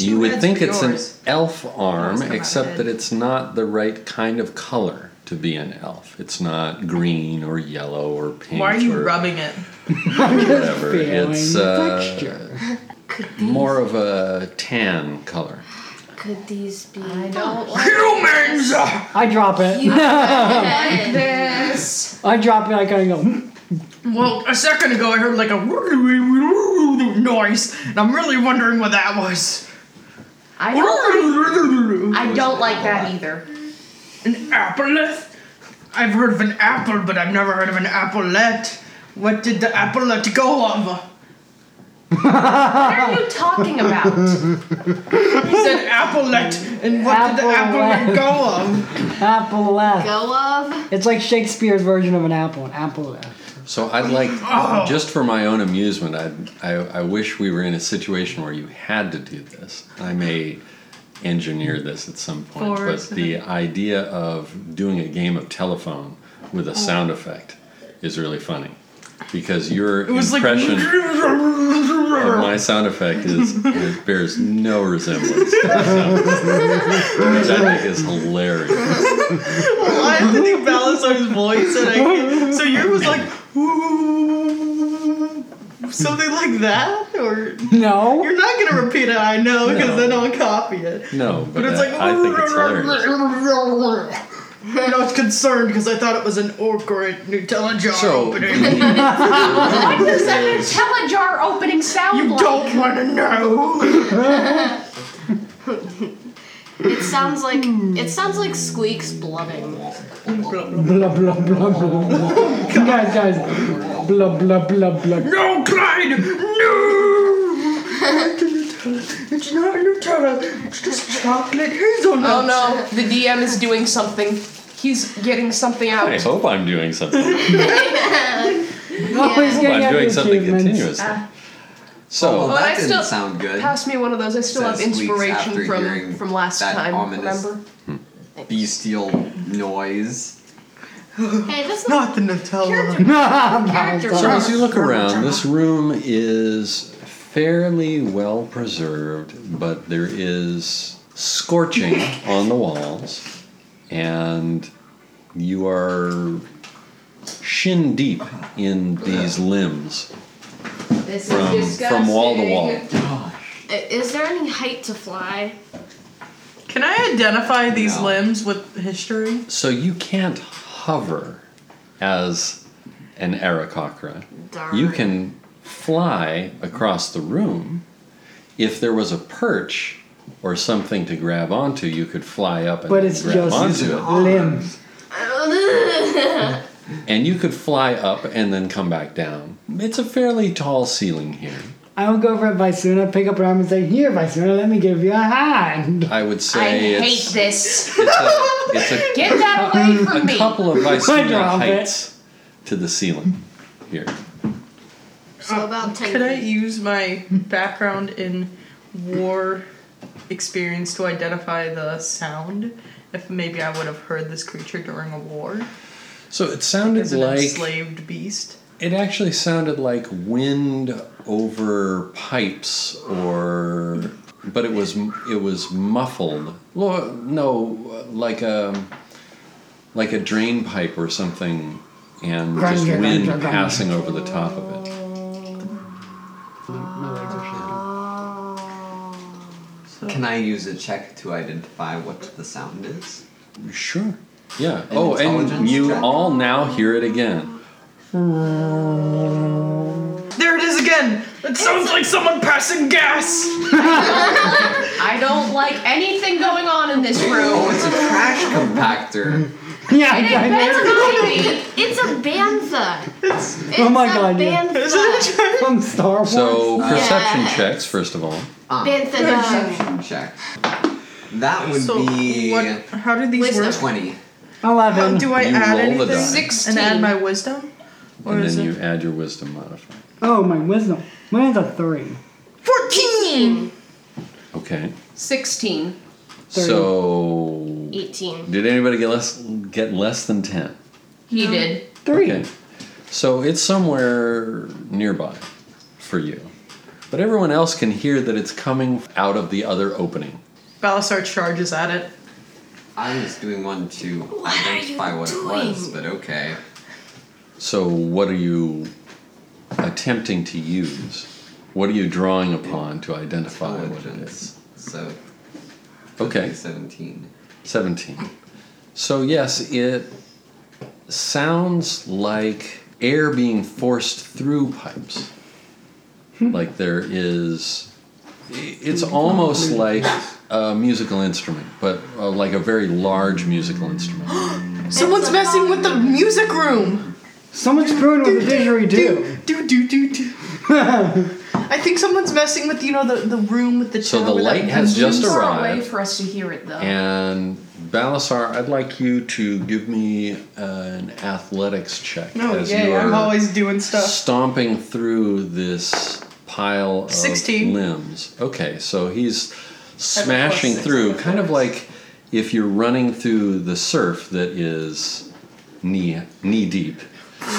[SPEAKER 1] You
[SPEAKER 4] Too
[SPEAKER 1] would
[SPEAKER 4] bad
[SPEAKER 1] think
[SPEAKER 4] for
[SPEAKER 1] it's an
[SPEAKER 4] yours.
[SPEAKER 1] elf arm,
[SPEAKER 4] Yours come out
[SPEAKER 1] except that
[SPEAKER 4] good.
[SPEAKER 1] it's not the right kind of color to be an elf. It's not green or yellow or pink.
[SPEAKER 4] Why are you
[SPEAKER 1] or
[SPEAKER 4] rubbing it?
[SPEAKER 1] Whatever.
[SPEAKER 2] feeling
[SPEAKER 1] It's uh,
[SPEAKER 2] texture.
[SPEAKER 5] Could these,
[SPEAKER 1] more of a tan color.
[SPEAKER 5] could these be?
[SPEAKER 6] I don't like
[SPEAKER 4] Humans.
[SPEAKER 2] I drop it.
[SPEAKER 5] Head.
[SPEAKER 6] this.
[SPEAKER 2] I drop it. I kind of go. "Hmm."
[SPEAKER 4] Well, a second ago I heard like a noise, and I'm really wondering what that was.
[SPEAKER 6] I don't. Like,
[SPEAKER 4] An
[SPEAKER 6] I don't like that either.
[SPEAKER 4] applet? I've heard of an apple, but I've never heard of an applet. What did the applet go of?
[SPEAKER 6] What are you talking about?
[SPEAKER 4] He said applet, and what did the applet
[SPEAKER 2] Applet.
[SPEAKER 4] go of?
[SPEAKER 2] Apple left.
[SPEAKER 5] Go of.
[SPEAKER 2] It's like Shakespeare's version of an apple. An apple left.
[SPEAKER 1] So I'd like,
[SPEAKER 4] Oh.
[SPEAKER 1] just for my own amusement, I'd, I, I wish we were in a situation where you had to do this. I may engineer this at some point,
[SPEAKER 4] Or
[SPEAKER 1] but the idea of doing a game of telephone
[SPEAKER 4] Oh.
[SPEAKER 1] with a sound effect is really funny because your
[SPEAKER 4] It was
[SPEAKER 1] impression
[SPEAKER 4] like.
[SPEAKER 1] of my sound effect is it bears no resemblance, to my sound effect, which I think is hilarious.
[SPEAKER 4] I have to do Balasar's voice, and I can't. So yours was like, "Ooh," something like that, or
[SPEAKER 2] No.
[SPEAKER 4] you're not gonna repeat it. I know, because
[SPEAKER 1] No.
[SPEAKER 4] then I'll copy it.
[SPEAKER 1] No, but,
[SPEAKER 4] But it's
[SPEAKER 1] that-
[SPEAKER 4] like,
[SPEAKER 1] I think it's hilarious.
[SPEAKER 4] and I was concerned because I thought it was an orc or a Nutella jar
[SPEAKER 1] So
[SPEAKER 4] opening.
[SPEAKER 1] the-
[SPEAKER 6] What does that Nutella jar opening sound
[SPEAKER 4] You
[SPEAKER 6] like?
[SPEAKER 4] don't want to know.
[SPEAKER 5] It sounds like it sounds like squeaks blubbing.
[SPEAKER 2] Blah blah blah blah. guys, guys. Blah blah blah blah.
[SPEAKER 4] Oh, no, Clyde, no. It's not a Nutella. It's just chocolate hazelnut.
[SPEAKER 6] Oh no, the DM is doing something. He's getting something out.
[SPEAKER 1] I hope I'm doing something.
[SPEAKER 2] Always
[SPEAKER 5] Yeah.
[SPEAKER 1] Well,
[SPEAKER 2] getting
[SPEAKER 1] I'm
[SPEAKER 2] out
[SPEAKER 1] doing
[SPEAKER 2] your
[SPEAKER 1] something
[SPEAKER 2] achievements.
[SPEAKER 1] continuously.
[SPEAKER 4] Ah.
[SPEAKER 1] So,
[SPEAKER 3] Oh, well, that
[SPEAKER 6] I
[SPEAKER 3] didn't
[SPEAKER 6] still-
[SPEAKER 3] sound good.
[SPEAKER 6] Pass me one of those. I still have
[SPEAKER 3] Says weeks after
[SPEAKER 6] inspiration
[SPEAKER 3] hearing
[SPEAKER 6] from from last
[SPEAKER 3] that
[SPEAKER 6] time.
[SPEAKER 3] ominous-
[SPEAKER 6] Remember?
[SPEAKER 3] Bestial noise.
[SPEAKER 5] Hey, that's not
[SPEAKER 4] Not the Nutella.
[SPEAKER 5] character.
[SPEAKER 1] so as
[SPEAKER 5] work.
[SPEAKER 1] you look around, this room is fairly well preserved, but there is scorching on the walls, and you are shin deep in these limbs.
[SPEAKER 6] This
[SPEAKER 1] From- from wall to wall.
[SPEAKER 6] disgusting.
[SPEAKER 5] I- Is there any height to fly?
[SPEAKER 4] Can I identify these
[SPEAKER 3] No.
[SPEAKER 4] limbs with history?
[SPEAKER 1] So you can't hover as an Arakakra.
[SPEAKER 5] Darn.
[SPEAKER 1] You can fly across the room. If there was a perch or something to grab onto, you could fly up and
[SPEAKER 2] But it's
[SPEAKER 1] grab
[SPEAKER 2] just
[SPEAKER 1] onto it.
[SPEAKER 2] limbs.
[SPEAKER 1] And you could fly up and then come back down. It's a fairly tall ceiling here.
[SPEAKER 2] I would go over to Visuna, pick up her arm, and say, "Here, Visuna, let me give you a hand."
[SPEAKER 1] I would say it's,
[SPEAKER 6] this.
[SPEAKER 1] it's a, it's a
[SPEAKER 6] Get that away from
[SPEAKER 1] a couple of Vicina
[SPEAKER 2] drop it.
[SPEAKER 1] heights to the ceiling here.
[SPEAKER 5] So about ten.
[SPEAKER 4] Could I
[SPEAKER 5] feet.
[SPEAKER 4] use my background in war experience to identify the sound? If maybe I would have heard this creature during a war
[SPEAKER 1] So it sounded
[SPEAKER 4] as an
[SPEAKER 1] like
[SPEAKER 4] enslaved beast.
[SPEAKER 1] It actually sounded like wind over pipes, or but it was it was muffled. Lo- No, like a like a drain pipe or something, and just
[SPEAKER 2] Grunge,
[SPEAKER 1] wind
[SPEAKER 2] grunge, grunge.
[SPEAKER 1] passing over the top of it.
[SPEAKER 3] My legs are shaking.
[SPEAKER 5] Oh.
[SPEAKER 4] So
[SPEAKER 3] Can I use a check to identify what the sound is?
[SPEAKER 1] Sure. Yeah. oh, and
[SPEAKER 3] intelligence
[SPEAKER 1] you
[SPEAKER 3] check?
[SPEAKER 1] all now hear it again.
[SPEAKER 4] there it is again. It sounds like someone passing gas.
[SPEAKER 6] I don't like anything going on in this
[SPEAKER 3] Oh,
[SPEAKER 6] room.
[SPEAKER 3] it's a trash compactor.
[SPEAKER 2] Yeah,
[SPEAKER 6] It
[SPEAKER 2] I know.
[SPEAKER 6] better not be.
[SPEAKER 5] It's a bantha. It's
[SPEAKER 2] Oh my
[SPEAKER 5] a
[SPEAKER 2] God, yeah.
[SPEAKER 5] Bantha.
[SPEAKER 4] Is it a tra-
[SPEAKER 2] from Star Wars.
[SPEAKER 1] So perception
[SPEAKER 5] Yes.
[SPEAKER 1] checks first of all.
[SPEAKER 3] Ah,
[SPEAKER 5] Bantha dog.
[SPEAKER 3] perception check. That would
[SPEAKER 4] So
[SPEAKER 3] be
[SPEAKER 4] what? How do these
[SPEAKER 5] Wisdom.
[SPEAKER 4] work?
[SPEAKER 3] twenty.
[SPEAKER 4] Um,
[SPEAKER 2] eleven.
[SPEAKER 4] do I
[SPEAKER 1] You
[SPEAKER 4] add
[SPEAKER 1] roll the
[SPEAKER 4] anything
[SPEAKER 1] die.
[SPEAKER 4] and add
[SPEAKER 6] 16.
[SPEAKER 4] my wisdom? Or
[SPEAKER 1] And
[SPEAKER 4] is
[SPEAKER 1] then
[SPEAKER 4] it
[SPEAKER 1] you add your wisdom modifier.
[SPEAKER 2] oh my wisdom. Mine's a three.
[SPEAKER 4] 14?
[SPEAKER 1] Okay.
[SPEAKER 6] 16.
[SPEAKER 1] So
[SPEAKER 5] Eighteen.
[SPEAKER 1] did anybody get less get less than ten?
[SPEAKER 6] He did.
[SPEAKER 2] Three.
[SPEAKER 1] Okay. So it's somewhere nearby for you. But everyone else can hear that it's coming out of the other opening.
[SPEAKER 4] Balasar charges at it.
[SPEAKER 3] I was doing one to
[SPEAKER 5] are you
[SPEAKER 3] identify what it was,
[SPEAKER 5] doing?
[SPEAKER 3] but okay.
[SPEAKER 1] So what are you attempting to use? What are you drawing upon to identify
[SPEAKER 3] Oh,
[SPEAKER 1] what it is?
[SPEAKER 3] Intelligence. So
[SPEAKER 1] Okay,
[SPEAKER 3] seventeen.
[SPEAKER 1] 17. So yes, it sounds like air being forced through pipes. Like there is it's almost like a musical instrument, but uh, like a very large musical instrument.
[SPEAKER 4] Someone's messing with the music room.
[SPEAKER 2] Someone's screwing with the didgeridoo.
[SPEAKER 4] Do do do do. I think someone's messing with you know the, the room with the.
[SPEAKER 1] So
[SPEAKER 4] chair
[SPEAKER 1] the
[SPEAKER 4] with
[SPEAKER 1] light
[SPEAKER 4] that-
[SPEAKER 1] has just
[SPEAKER 6] Too far away
[SPEAKER 1] arrived,
[SPEAKER 6] for us to hear it though.
[SPEAKER 1] and Balasar, I'd like you to give me an athletics check
[SPEAKER 4] No,
[SPEAKER 1] as
[SPEAKER 4] yay!
[SPEAKER 1] you are
[SPEAKER 4] Oh, I'm always doing stuff.
[SPEAKER 1] stomping through this pile of
[SPEAKER 4] 16.
[SPEAKER 1] limbs. Okay, so he's smashing
[SPEAKER 4] six
[SPEAKER 1] through, kind of like if you're running through the surf that is knee knee deep.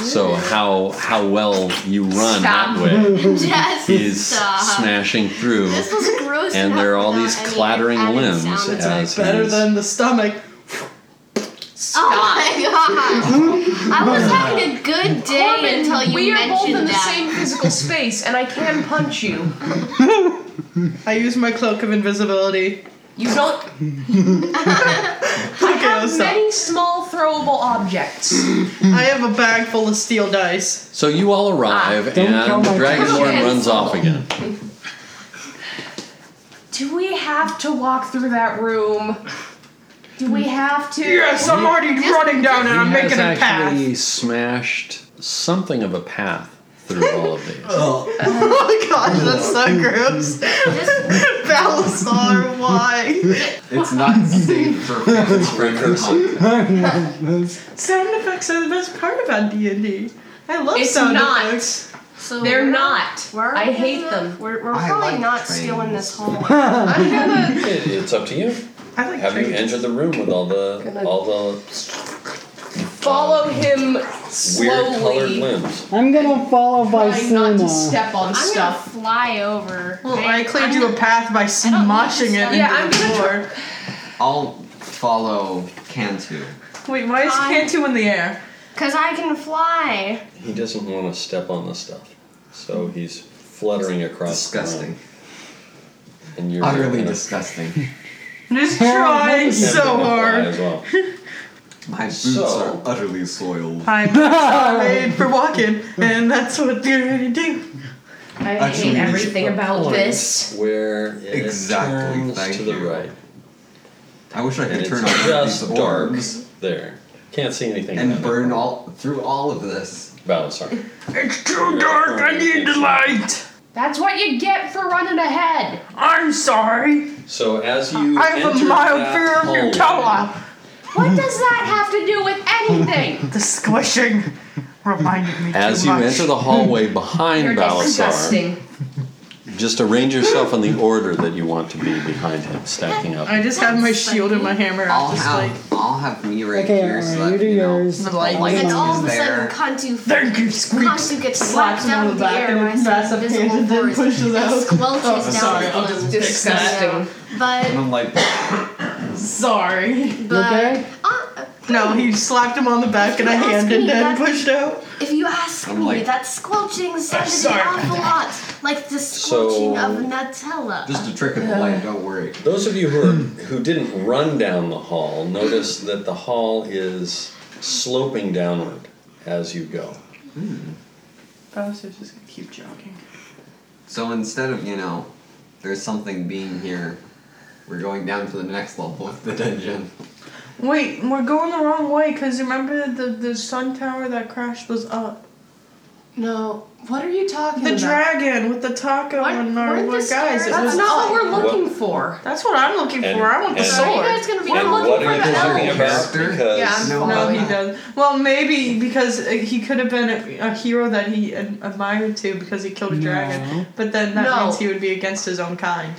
[SPEAKER 1] So how how well you run that
[SPEAKER 6] Stop.
[SPEAKER 1] way
[SPEAKER 5] Just
[SPEAKER 1] is
[SPEAKER 5] stop.
[SPEAKER 1] smashing through,
[SPEAKER 5] This was gross.
[SPEAKER 1] and
[SPEAKER 5] enough
[SPEAKER 1] there are all these
[SPEAKER 5] without any
[SPEAKER 1] clattering
[SPEAKER 5] added
[SPEAKER 1] limbs
[SPEAKER 5] sound Oh effects.
[SPEAKER 1] as
[SPEAKER 4] Better
[SPEAKER 1] he's-
[SPEAKER 4] than the stomach.
[SPEAKER 5] Oh my god! I was having a good day
[SPEAKER 6] Corbin,
[SPEAKER 5] until you
[SPEAKER 6] we are
[SPEAKER 5] mentioned
[SPEAKER 6] both in the
[SPEAKER 5] that.
[SPEAKER 6] same physical space, and I can punch you.
[SPEAKER 4] I use my cloak of invisibility.
[SPEAKER 6] You don't
[SPEAKER 4] Look at us.
[SPEAKER 6] many small throwable objects.
[SPEAKER 4] I have a bag full of steel dice.
[SPEAKER 1] So you all arrive,
[SPEAKER 2] Don't kill
[SPEAKER 1] and
[SPEAKER 2] my
[SPEAKER 1] Dragonborn
[SPEAKER 6] cat.
[SPEAKER 1] runs off again.
[SPEAKER 6] Do we have to walk through that room? Do we have to?
[SPEAKER 4] I'm already running down and
[SPEAKER 1] he has actually smashed something of a path through all of these.
[SPEAKER 4] Oh my gosh, that's so gross. Balasar, why?
[SPEAKER 3] It's not safe for
[SPEAKER 1] precursor.
[SPEAKER 3] precursor.
[SPEAKER 4] Sound effects are the best part about D&D. I love
[SPEAKER 6] It's
[SPEAKER 4] sound
[SPEAKER 6] not.
[SPEAKER 4] effects.
[SPEAKER 5] So
[SPEAKER 6] They're
[SPEAKER 5] we're-
[SPEAKER 6] not.
[SPEAKER 5] We're,
[SPEAKER 6] I
[SPEAKER 5] we're
[SPEAKER 6] hate
[SPEAKER 5] gonna-
[SPEAKER 6] them.
[SPEAKER 5] We're, we're
[SPEAKER 3] I
[SPEAKER 5] probably
[SPEAKER 3] like
[SPEAKER 5] not still in
[SPEAKER 3] trains.
[SPEAKER 5] this hallway.
[SPEAKER 6] I'm gonna.
[SPEAKER 1] It, it's up to you.
[SPEAKER 4] I like
[SPEAKER 1] Have you
[SPEAKER 4] trains.
[SPEAKER 1] entered the room with all the
[SPEAKER 6] Gonna-
[SPEAKER 1] all the
[SPEAKER 6] follow him
[SPEAKER 1] weird colored
[SPEAKER 6] slowly,
[SPEAKER 1] limbs?
[SPEAKER 2] I'm gonna follow by
[SPEAKER 6] trying not to
[SPEAKER 2] Suna.
[SPEAKER 6] step on
[SPEAKER 7] I'm
[SPEAKER 6] stuff.
[SPEAKER 7] gonna fly over.
[SPEAKER 4] Well, I cleared
[SPEAKER 7] I'm
[SPEAKER 4] you a
[SPEAKER 7] gonna-
[SPEAKER 4] path by
[SPEAKER 7] don't need
[SPEAKER 4] smoshing it
[SPEAKER 7] some-
[SPEAKER 4] into
[SPEAKER 6] Yeah, I'm
[SPEAKER 4] the
[SPEAKER 6] gonna
[SPEAKER 4] floor.
[SPEAKER 3] I'll follow Cantu.
[SPEAKER 4] Wait, why is
[SPEAKER 5] Fine.
[SPEAKER 4] Cantu in the air?
[SPEAKER 5] Cause I can fly.
[SPEAKER 1] He doesn't want to step on the stuff, so he's fluttering across.
[SPEAKER 3] Disgusting.
[SPEAKER 1] The room, and you're
[SPEAKER 3] Utterly
[SPEAKER 1] gonna-
[SPEAKER 3] disgusting.
[SPEAKER 4] Just trying
[SPEAKER 1] Cantu's
[SPEAKER 4] so
[SPEAKER 1] gonna fly
[SPEAKER 4] hard.
[SPEAKER 1] As well.
[SPEAKER 3] My boots
[SPEAKER 1] So-
[SPEAKER 3] are utterly soiled.
[SPEAKER 4] I'm not made for walking, and that's what you're gonna do.
[SPEAKER 6] I
[SPEAKER 3] Actually, it's
[SPEAKER 6] hate everything about
[SPEAKER 1] Point
[SPEAKER 6] this.
[SPEAKER 1] Where it
[SPEAKER 3] Exactly,
[SPEAKER 1] turns
[SPEAKER 3] thank
[SPEAKER 1] to the
[SPEAKER 3] you.
[SPEAKER 1] right,
[SPEAKER 3] I wish I
[SPEAKER 1] and
[SPEAKER 3] could
[SPEAKER 1] it's
[SPEAKER 3] turn on one of these
[SPEAKER 1] just dark
[SPEAKER 3] orbs
[SPEAKER 1] there. Can't see anything.
[SPEAKER 3] and
[SPEAKER 1] around it.
[SPEAKER 3] burn all through all of this.
[SPEAKER 1] Balasar.
[SPEAKER 4] It's too dark, I need the light!
[SPEAKER 6] That's what you get for running ahead.
[SPEAKER 4] I'm sorry.
[SPEAKER 1] So as you
[SPEAKER 4] I have a
[SPEAKER 1] enter
[SPEAKER 4] mild
[SPEAKER 1] that
[SPEAKER 4] fear of
[SPEAKER 1] hallway,
[SPEAKER 4] Nutella.
[SPEAKER 1] Hmm.
[SPEAKER 6] What does that have to do with anything?
[SPEAKER 4] The squishing reminded me
[SPEAKER 1] As
[SPEAKER 4] too
[SPEAKER 1] you
[SPEAKER 4] much.
[SPEAKER 1] enter the hallway
[SPEAKER 6] You're
[SPEAKER 1] behind Balasar,
[SPEAKER 6] disgusting.
[SPEAKER 1] just arrange yourself in the order that you want to be behind him, stacking up.
[SPEAKER 4] I just have my shield and my hammer.
[SPEAKER 3] I'll
[SPEAKER 4] I'm just
[SPEAKER 3] have
[SPEAKER 4] like,
[SPEAKER 3] I'll have me right
[SPEAKER 2] Okay,
[SPEAKER 3] here so
[SPEAKER 2] alright,
[SPEAKER 3] that
[SPEAKER 2] you do
[SPEAKER 3] you know,
[SPEAKER 2] yours.
[SPEAKER 4] the light.
[SPEAKER 3] Like-
[SPEAKER 5] And all of a
[SPEAKER 3] There.
[SPEAKER 5] sudden, Kantu
[SPEAKER 4] Thank you, Squeaks.
[SPEAKER 5] Kantu gets
[SPEAKER 4] Slaps
[SPEAKER 5] slapped
[SPEAKER 4] him on
[SPEAKER 5] down
[SPEAKER 4] the
[SPEAKER 5] in the
[SPEAKER 4] back
[SPEAKER 5] air
[SPEAKER 4] and
[SPEAKER 5] by some
[SPEAKER 4] massive
[SPEAKER 5] invisible
[SPEAKER 4] hand and then
[SPEAKER 5] force.
[SPEAKER 4] pushes
[SPEAKER 5] It
[SPEAKER 4] out.
[SPEAKER 5] squelches
[SPEAKER 4] Oh,
[SPEAKER 5] down.
[SPEAKER 4] sorry, I'll
[SPEAKER 5] on
[SPEAKER 4] just
[SPEAKER 5] him.
[SPEAKER 4] fix that.
[SPEAKER 6] Disgusting.
[SPEAKER 3] And
[SPEAKER 5] But
[SPEAKER 3] I'm like,
[SPEAKER 4] Sorry.
[SPEAKER 5] but
[SPEAKER 2] okay?
[SPEAKER 5] uh,
[SPEAKER 4] No, he slapped him on the back and I
[SPEAKER 5] Ask
[SPEAKER 4] handed
[SPEAKER 5] me
[SPEAKER 4] it and
[SPEAKER 5] that-
[SPEAKER 4] pushed out.
[SPEAKER 5] if you ask
[SPEAKER 3] I'm
[SPEAKER 5] me,
[SPEAKER 3] like-
[SPEAKER 5] that squelching sounded
[SPEAKER 4] sorry
[SPEAKER 5] an
[SPEAKER 4] about
[SPEAKER 5] awful lot like the squelching of Nutella.
[SPEAKER 3] just a trick of the light, don't worry.
[SPEAKER 1] Those of you who are, who didn't run down the hall notice that the hall is sloping downward as you go.
[SPEAKER 4] Bowser's just gonna keep jogging.
[SPEAKER 3] So instead of, you know, there's something being here, we're going down to the next level of the dungeon.
[SPEAKER 4] Wait, we're going the wrong way because remember the, the sun tower that crashed was up.
[SPEAKER 6] No, what are you talking
[SPEAKER 4] The
[SPEAKER 6] about?
[SPEAKER 4] dragon with the taco
[SPEAKER 7] What-
[SPEAKER 4] and our
[SPEAKER 7] weren't
[SPEAKER 4] little
[SPEAKER 7] the
[SPEAKER 4] Oh, guys. It
[SPEAKER 7] stars-
[SPEAKER 6] That's
[SPEAKER 4] was
[SPEAKER 6] not
[SPEAKER 4] up.
[SPEAKER 6] what we're looking for.
[SPEAKER 4] That's what I'm looking
[SPEAKER 1] And-
[SPEAKER 4] for. I want the
[SPEAKER 1] and-
[SPEAKER 4] sword.
[SPEAKER 7] Are you guys gonna be
[SPEAKER 1] and
[SPEAKER 7] looking
[SPEAKER 1] what
[SPEAKER 7] for
[SPEAKER 1] are you
[SPEAKER 7] the
[SPEAKER 1] talking
[SPEAKER 7] elf?
[SPEAKER 1] about?
[SPEAKER 3] Character?
[SPEAKER 1] Because
[SPEAKER 6] Oh, Yeah, I'm
[SPEAKER 3] No,
[SPEAKER 4] No,
[SPEAKER 3] I'm
[SPEAKER 4] he
[SPEAKER 3] not.
[SPEAKER 4] does. Well, maybe because uh, he could have been a, a hero that he ad- admired to because he killed a
[SPEAKER 2] No.
[SPEAKER 4] dragon. But then that
[SPEAKER 6] No.
[SPEAKER 4] means he would be against his own kind.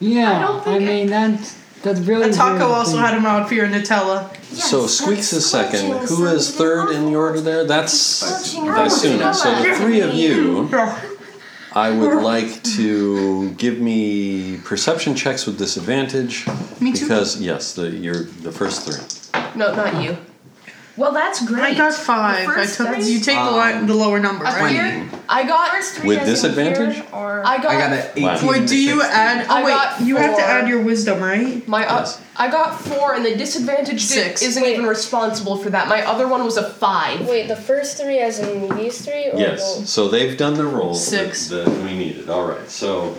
[SPEAKER 2] Yeah,
[SPEAKER 7] don't
[SPEAKER 2] I,
[SPEAKER 7] think I-
[SPEAKER 2] mean, that's, that's really
[SPEAKER 4] A taco
[SPEAKER 2] weird
[SPEAKER 4] also
[SPEAKER 2] thing.
[SPEAKER 4] had a mild fear of Nutella.
[SPEAKER 1] so
[SPEAKER 5] Yes,
[SPEAKER 1] Squeaks
[SPEAKER 5] that's
[SPEAKER 1] is second.
[SPEAKER 5] squelching
[SPEAKER 1] Who is
[SPEAKER 5] sounded
[SPEAKER 1] third in the
[SPEAKER 5] awful.
[SPEAKER 1] order there? That's
[SPEAKER 5] Squelching
[SPEAKER 1] Daisuna. So the
[SPEAKER 5] Nutella.
[SPEAKER 1] three of you.
[SPEAKER 4] Ugh.
[SPEAKER 1] I would like to give me perception checks with disadvantage.
[SPEAKER 4] Me too.
[SPEAKER 1] Because yes, the you're the first three.
[SPEAKER 6] No, not you. Well, that's great.
[SPEAKER 4] I got five. I
[SPEAKER 7] first
[SPEAKER 4] took
[SPEAKER 7] three-
[SPEAKER 4] you take the,
[SPEAKER 3] Um,
[SPEAKER 4] li- the lower number,
[SPEAKER 7] Up
[SPEAKER 4] right?
[SPEAKER 7] here?
[SPEAKER 6] I got.
[SPEAKER 7] First three
[SPEAKER 1] With
[SPEAKER 7] is in
[SPEAKER 1] disadvantage?
[SPEAKER 7] here, Or
[SPEAKER 6] I got.
[SPEAKER 3] I got an 18.
[SPEAKER 1] Wow.
[SPEAKER 4] Wait, do you
[SPEAKER 3] 16.
[SPEAKER 4] add? Oh
[SPEAKER 6] I got
[SPEAKER 4] wait, you have to
[SPEAKER 6] four.
[SPEAKER 4] add your wisdom, right?
[SPEAKER 6] My uh,
[SPEAKER 1] Yes.
[SPEAKER 6] I got four, and the disadvantage di-
[SPEAKER 4] Six.
[SPEAKER 6] isn't even responsible for that. My other one was a five.
[SPEAKER 7] Wait, the first three as in these three? Or
[SPEAKER 1] Yes. So they've done the rolls
[SPEAKER 4] Six.
[SPEAKER 1] That, that we needed. All right. So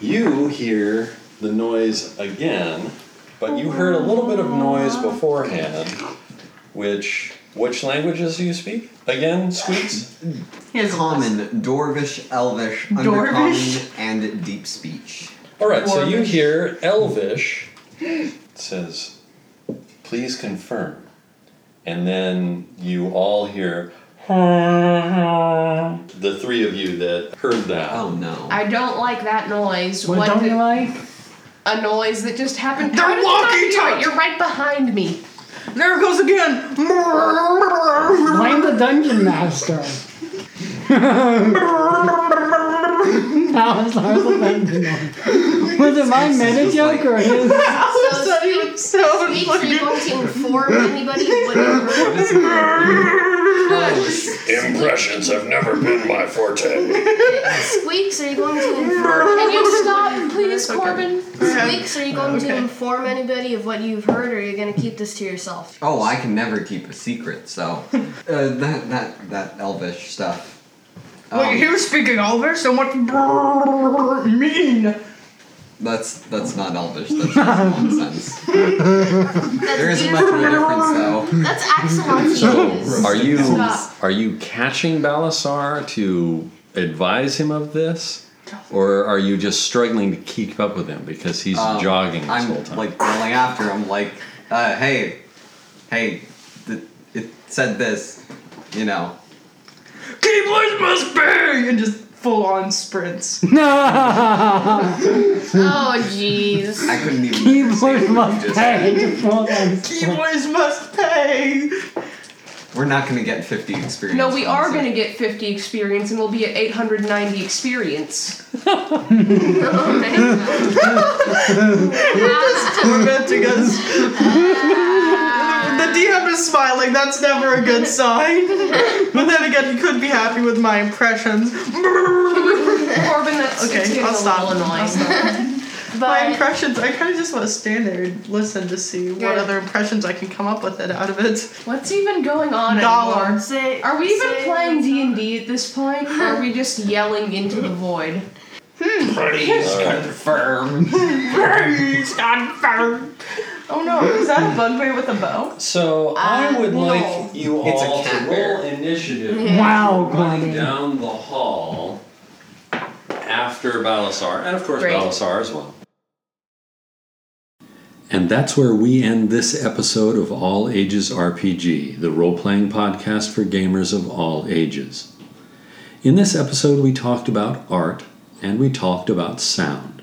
[SPEAKER 1] you hear the noise again, but you heard a little bit of noise beforehand. Which which languages do you speak again? Squeaks.
[SPEAKER 4] He has
[SPEAKER 3] Common, Dorvish, Elvish,
[SPEAKER 4] Dorvish?
[SPEAKER 3] Undercommon, and Deep Speech.
[SPEAKER 1] All right. So you
[SPEAKER 4] Dwarvish.
[SPEAKER 1] hear Elvish It says, "Please confirm," and then you all hear. the three of you that heard that.
[SPEAKER 3] Oh no.
[SPEAKER 6] I don't like that noise.
[SPEAKER 2] What don't
[SPEAKER 6] the-
[SPEAKER 2] you like?
[SPEAKER 6] A noise that just happened.
[SPEAKER 4] They're
[SPEAKER 6] How did I
[SPEAKER 4] walkie
[SPEAKER 6] hear it?
[SPEAKER 4] talkie.
[SPEAKER 6] You're right behind me.
[SPEAKER 4] There it goes again.
[SPEAKER 2] Blame the dungeon master. that was that was the dungeon master. Was it my minute joke or his?
[SPEAKER 4] All of a sudden, it was so
[SPEAKER 5] Squeaks,
[SPEAKER 4] fucking-
[SPEAKER 5] you won't inform anybody what you heard.
[SPEAKER 8] Impressions have never been my forte.
[SPEAKER 5] Squeaks, are you going to inform?
[SPEAKER 6] Can you stop, please, Corbin?
[SPEAKER 5] Squeaks, are you going to inform anybody of what you've heard, or are you going to keep this to yourself?
[SPEAKER 3] Oh, I can never keep a secret, so. uh, that, that, that Elvish stuff.
[SPEAKER 4] Wait, he
[SPEAKER 3] Um,
[SPEAKER 4] was speaking Elvish, and what mean?
[SPEAKER 3] that's, that's not Elvish, that's just nonsense.
[SPEAKER 5] That's
[SPEAKER 3] There isn't much of
[SPEAKER 5] beautiful.
[SPEAKER 3] a difference though.
[SPEAKER 5] That's excellent. news.
[SPEAKER 1] Are you
[SPEAKER 6] Stop.
[SPEAKER 1] are you catching Balasar to advise him of this, or are you just struggling to keep up with him because he's
[SPEAKER 3] Um,
[SPEAKER 1] jogging this
[SPEAKER 3] I'm
[SPEAKER 1] whole time?
[SPEAKER 3] like going after him, like, uh, hey, hey, th- it said this, you know,
[SPEAKER 4] Keeblers must bang! And just full on sprints.
[SPEAKER 7] Oh, jeez.
[SPEAKER 3] I couldn't even.
[SPEAKER 2] Keyboard
[SPEAKER 3] understand what you
[SPEAKER 2] must
[SPEAKER 3] just
[SPEAKER 2] pay
[SPEAKER 3] said.
[SPEAKER 2] to pull them.
[SPEAKER 4] Keeblers must pay!
[SPEAKER 3] We're not gonna get 50 experience.
[SPEAKER 6] No, we
[SPEAKER 3] points
[SPEAKER 6] are
[SPEAKER 3] in.
[SPEAKER 6] going to get 50 experience and we'll be at 890 experience.
[SPEAKER 7] Oh, my God.
[SPEAKER 4] tormenting us. the DM is smiling. That's never a good sign. But then again, you could be happy with my impressions.
[SPEAKER 6] Corbin, that's
[SPEAKER 4] Okay,
[SPEAKER 6] it's getting
[SPEAKER 4] I'll
[SPEAKER 6] a
[SPEAKER 4] stop.
[SPEAKER 6] little
[SPEAKER 4] I'll
[SPEAKER 6] annoying.
[SPEAKER 4] stop. my
[SPEAKER 7] But
[SPEAKER 4] impressions. I kind of just want to stand there and listen to see what
[SPEAKER 7] Yeah.
[SPEAKER 4] other impressions I can come up with it out of it.
[SPEAKER 6] What's even going on
[SPEAKER 4] Dollar.
[SPEAKER 6] anymore?
[SPEAKER 5] Say-
[SPEAKER 6] Are we even
[SPEAKER 5] say
[SPEAKER 6] playing
[SPEAKER 5] what's up.
[SPEAKER 6] D and D at this point? Or are we just yelling into the void?
[SPEAKER 8] All right.
[SPEAKER 3] Confirm.
[SPEAKER 4] Oh no! Is that a bugbear with a bow?
[SPEAKER 1] So I would
[SPEAKER 5] no.
[SPEAKER 1] like you
[SPEAKER 3] It's a
[SPEAKER 1] all to
[SPEAKER 3] cat
[SPEAKER 1] roll
[SPEAKER 3] bear.
[SPEAKER 1] initiative
[SPEAKER 2] Wow,
[SPEAKER 1] running
[SPEAKER 2] Claudia.
[SPEAKER 1] down the hall after Balasar, and of course
[SPEAKER 6] Great.
[SPEAKER 1] Balasar as well. And that's where we end this episode of All Ages RPG, the role playing podcast for gamers of all ages. In this episode, we talked about art and we talked about sound.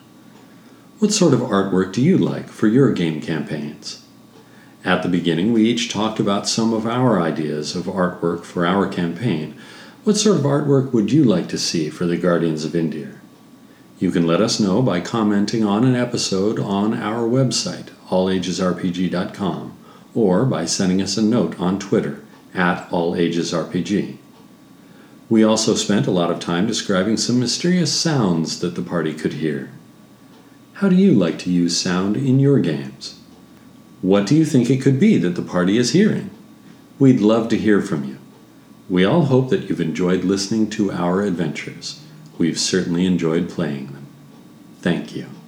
[SPEAKER 1] What sort of artwork do you like for your game campaigns? At the beginning, we each talked about some of our ideas of artwork for our campaign. What sort of artwork would you like to see for the Guardians of Indir? You can let us know by commenting on an episode on our website, allagesrpg.com, or by sending us a note on Twitter at allagesrpg. We also spent a lot of time describing some mysterious sounds that the party could hear. How do you like to use sound in your games? What do you think it could be that the party is hearing? We'd love to hear from you. We all hope that you've enjoyed listening to our adventures. We've certainly enjoyed playing them. Thank you.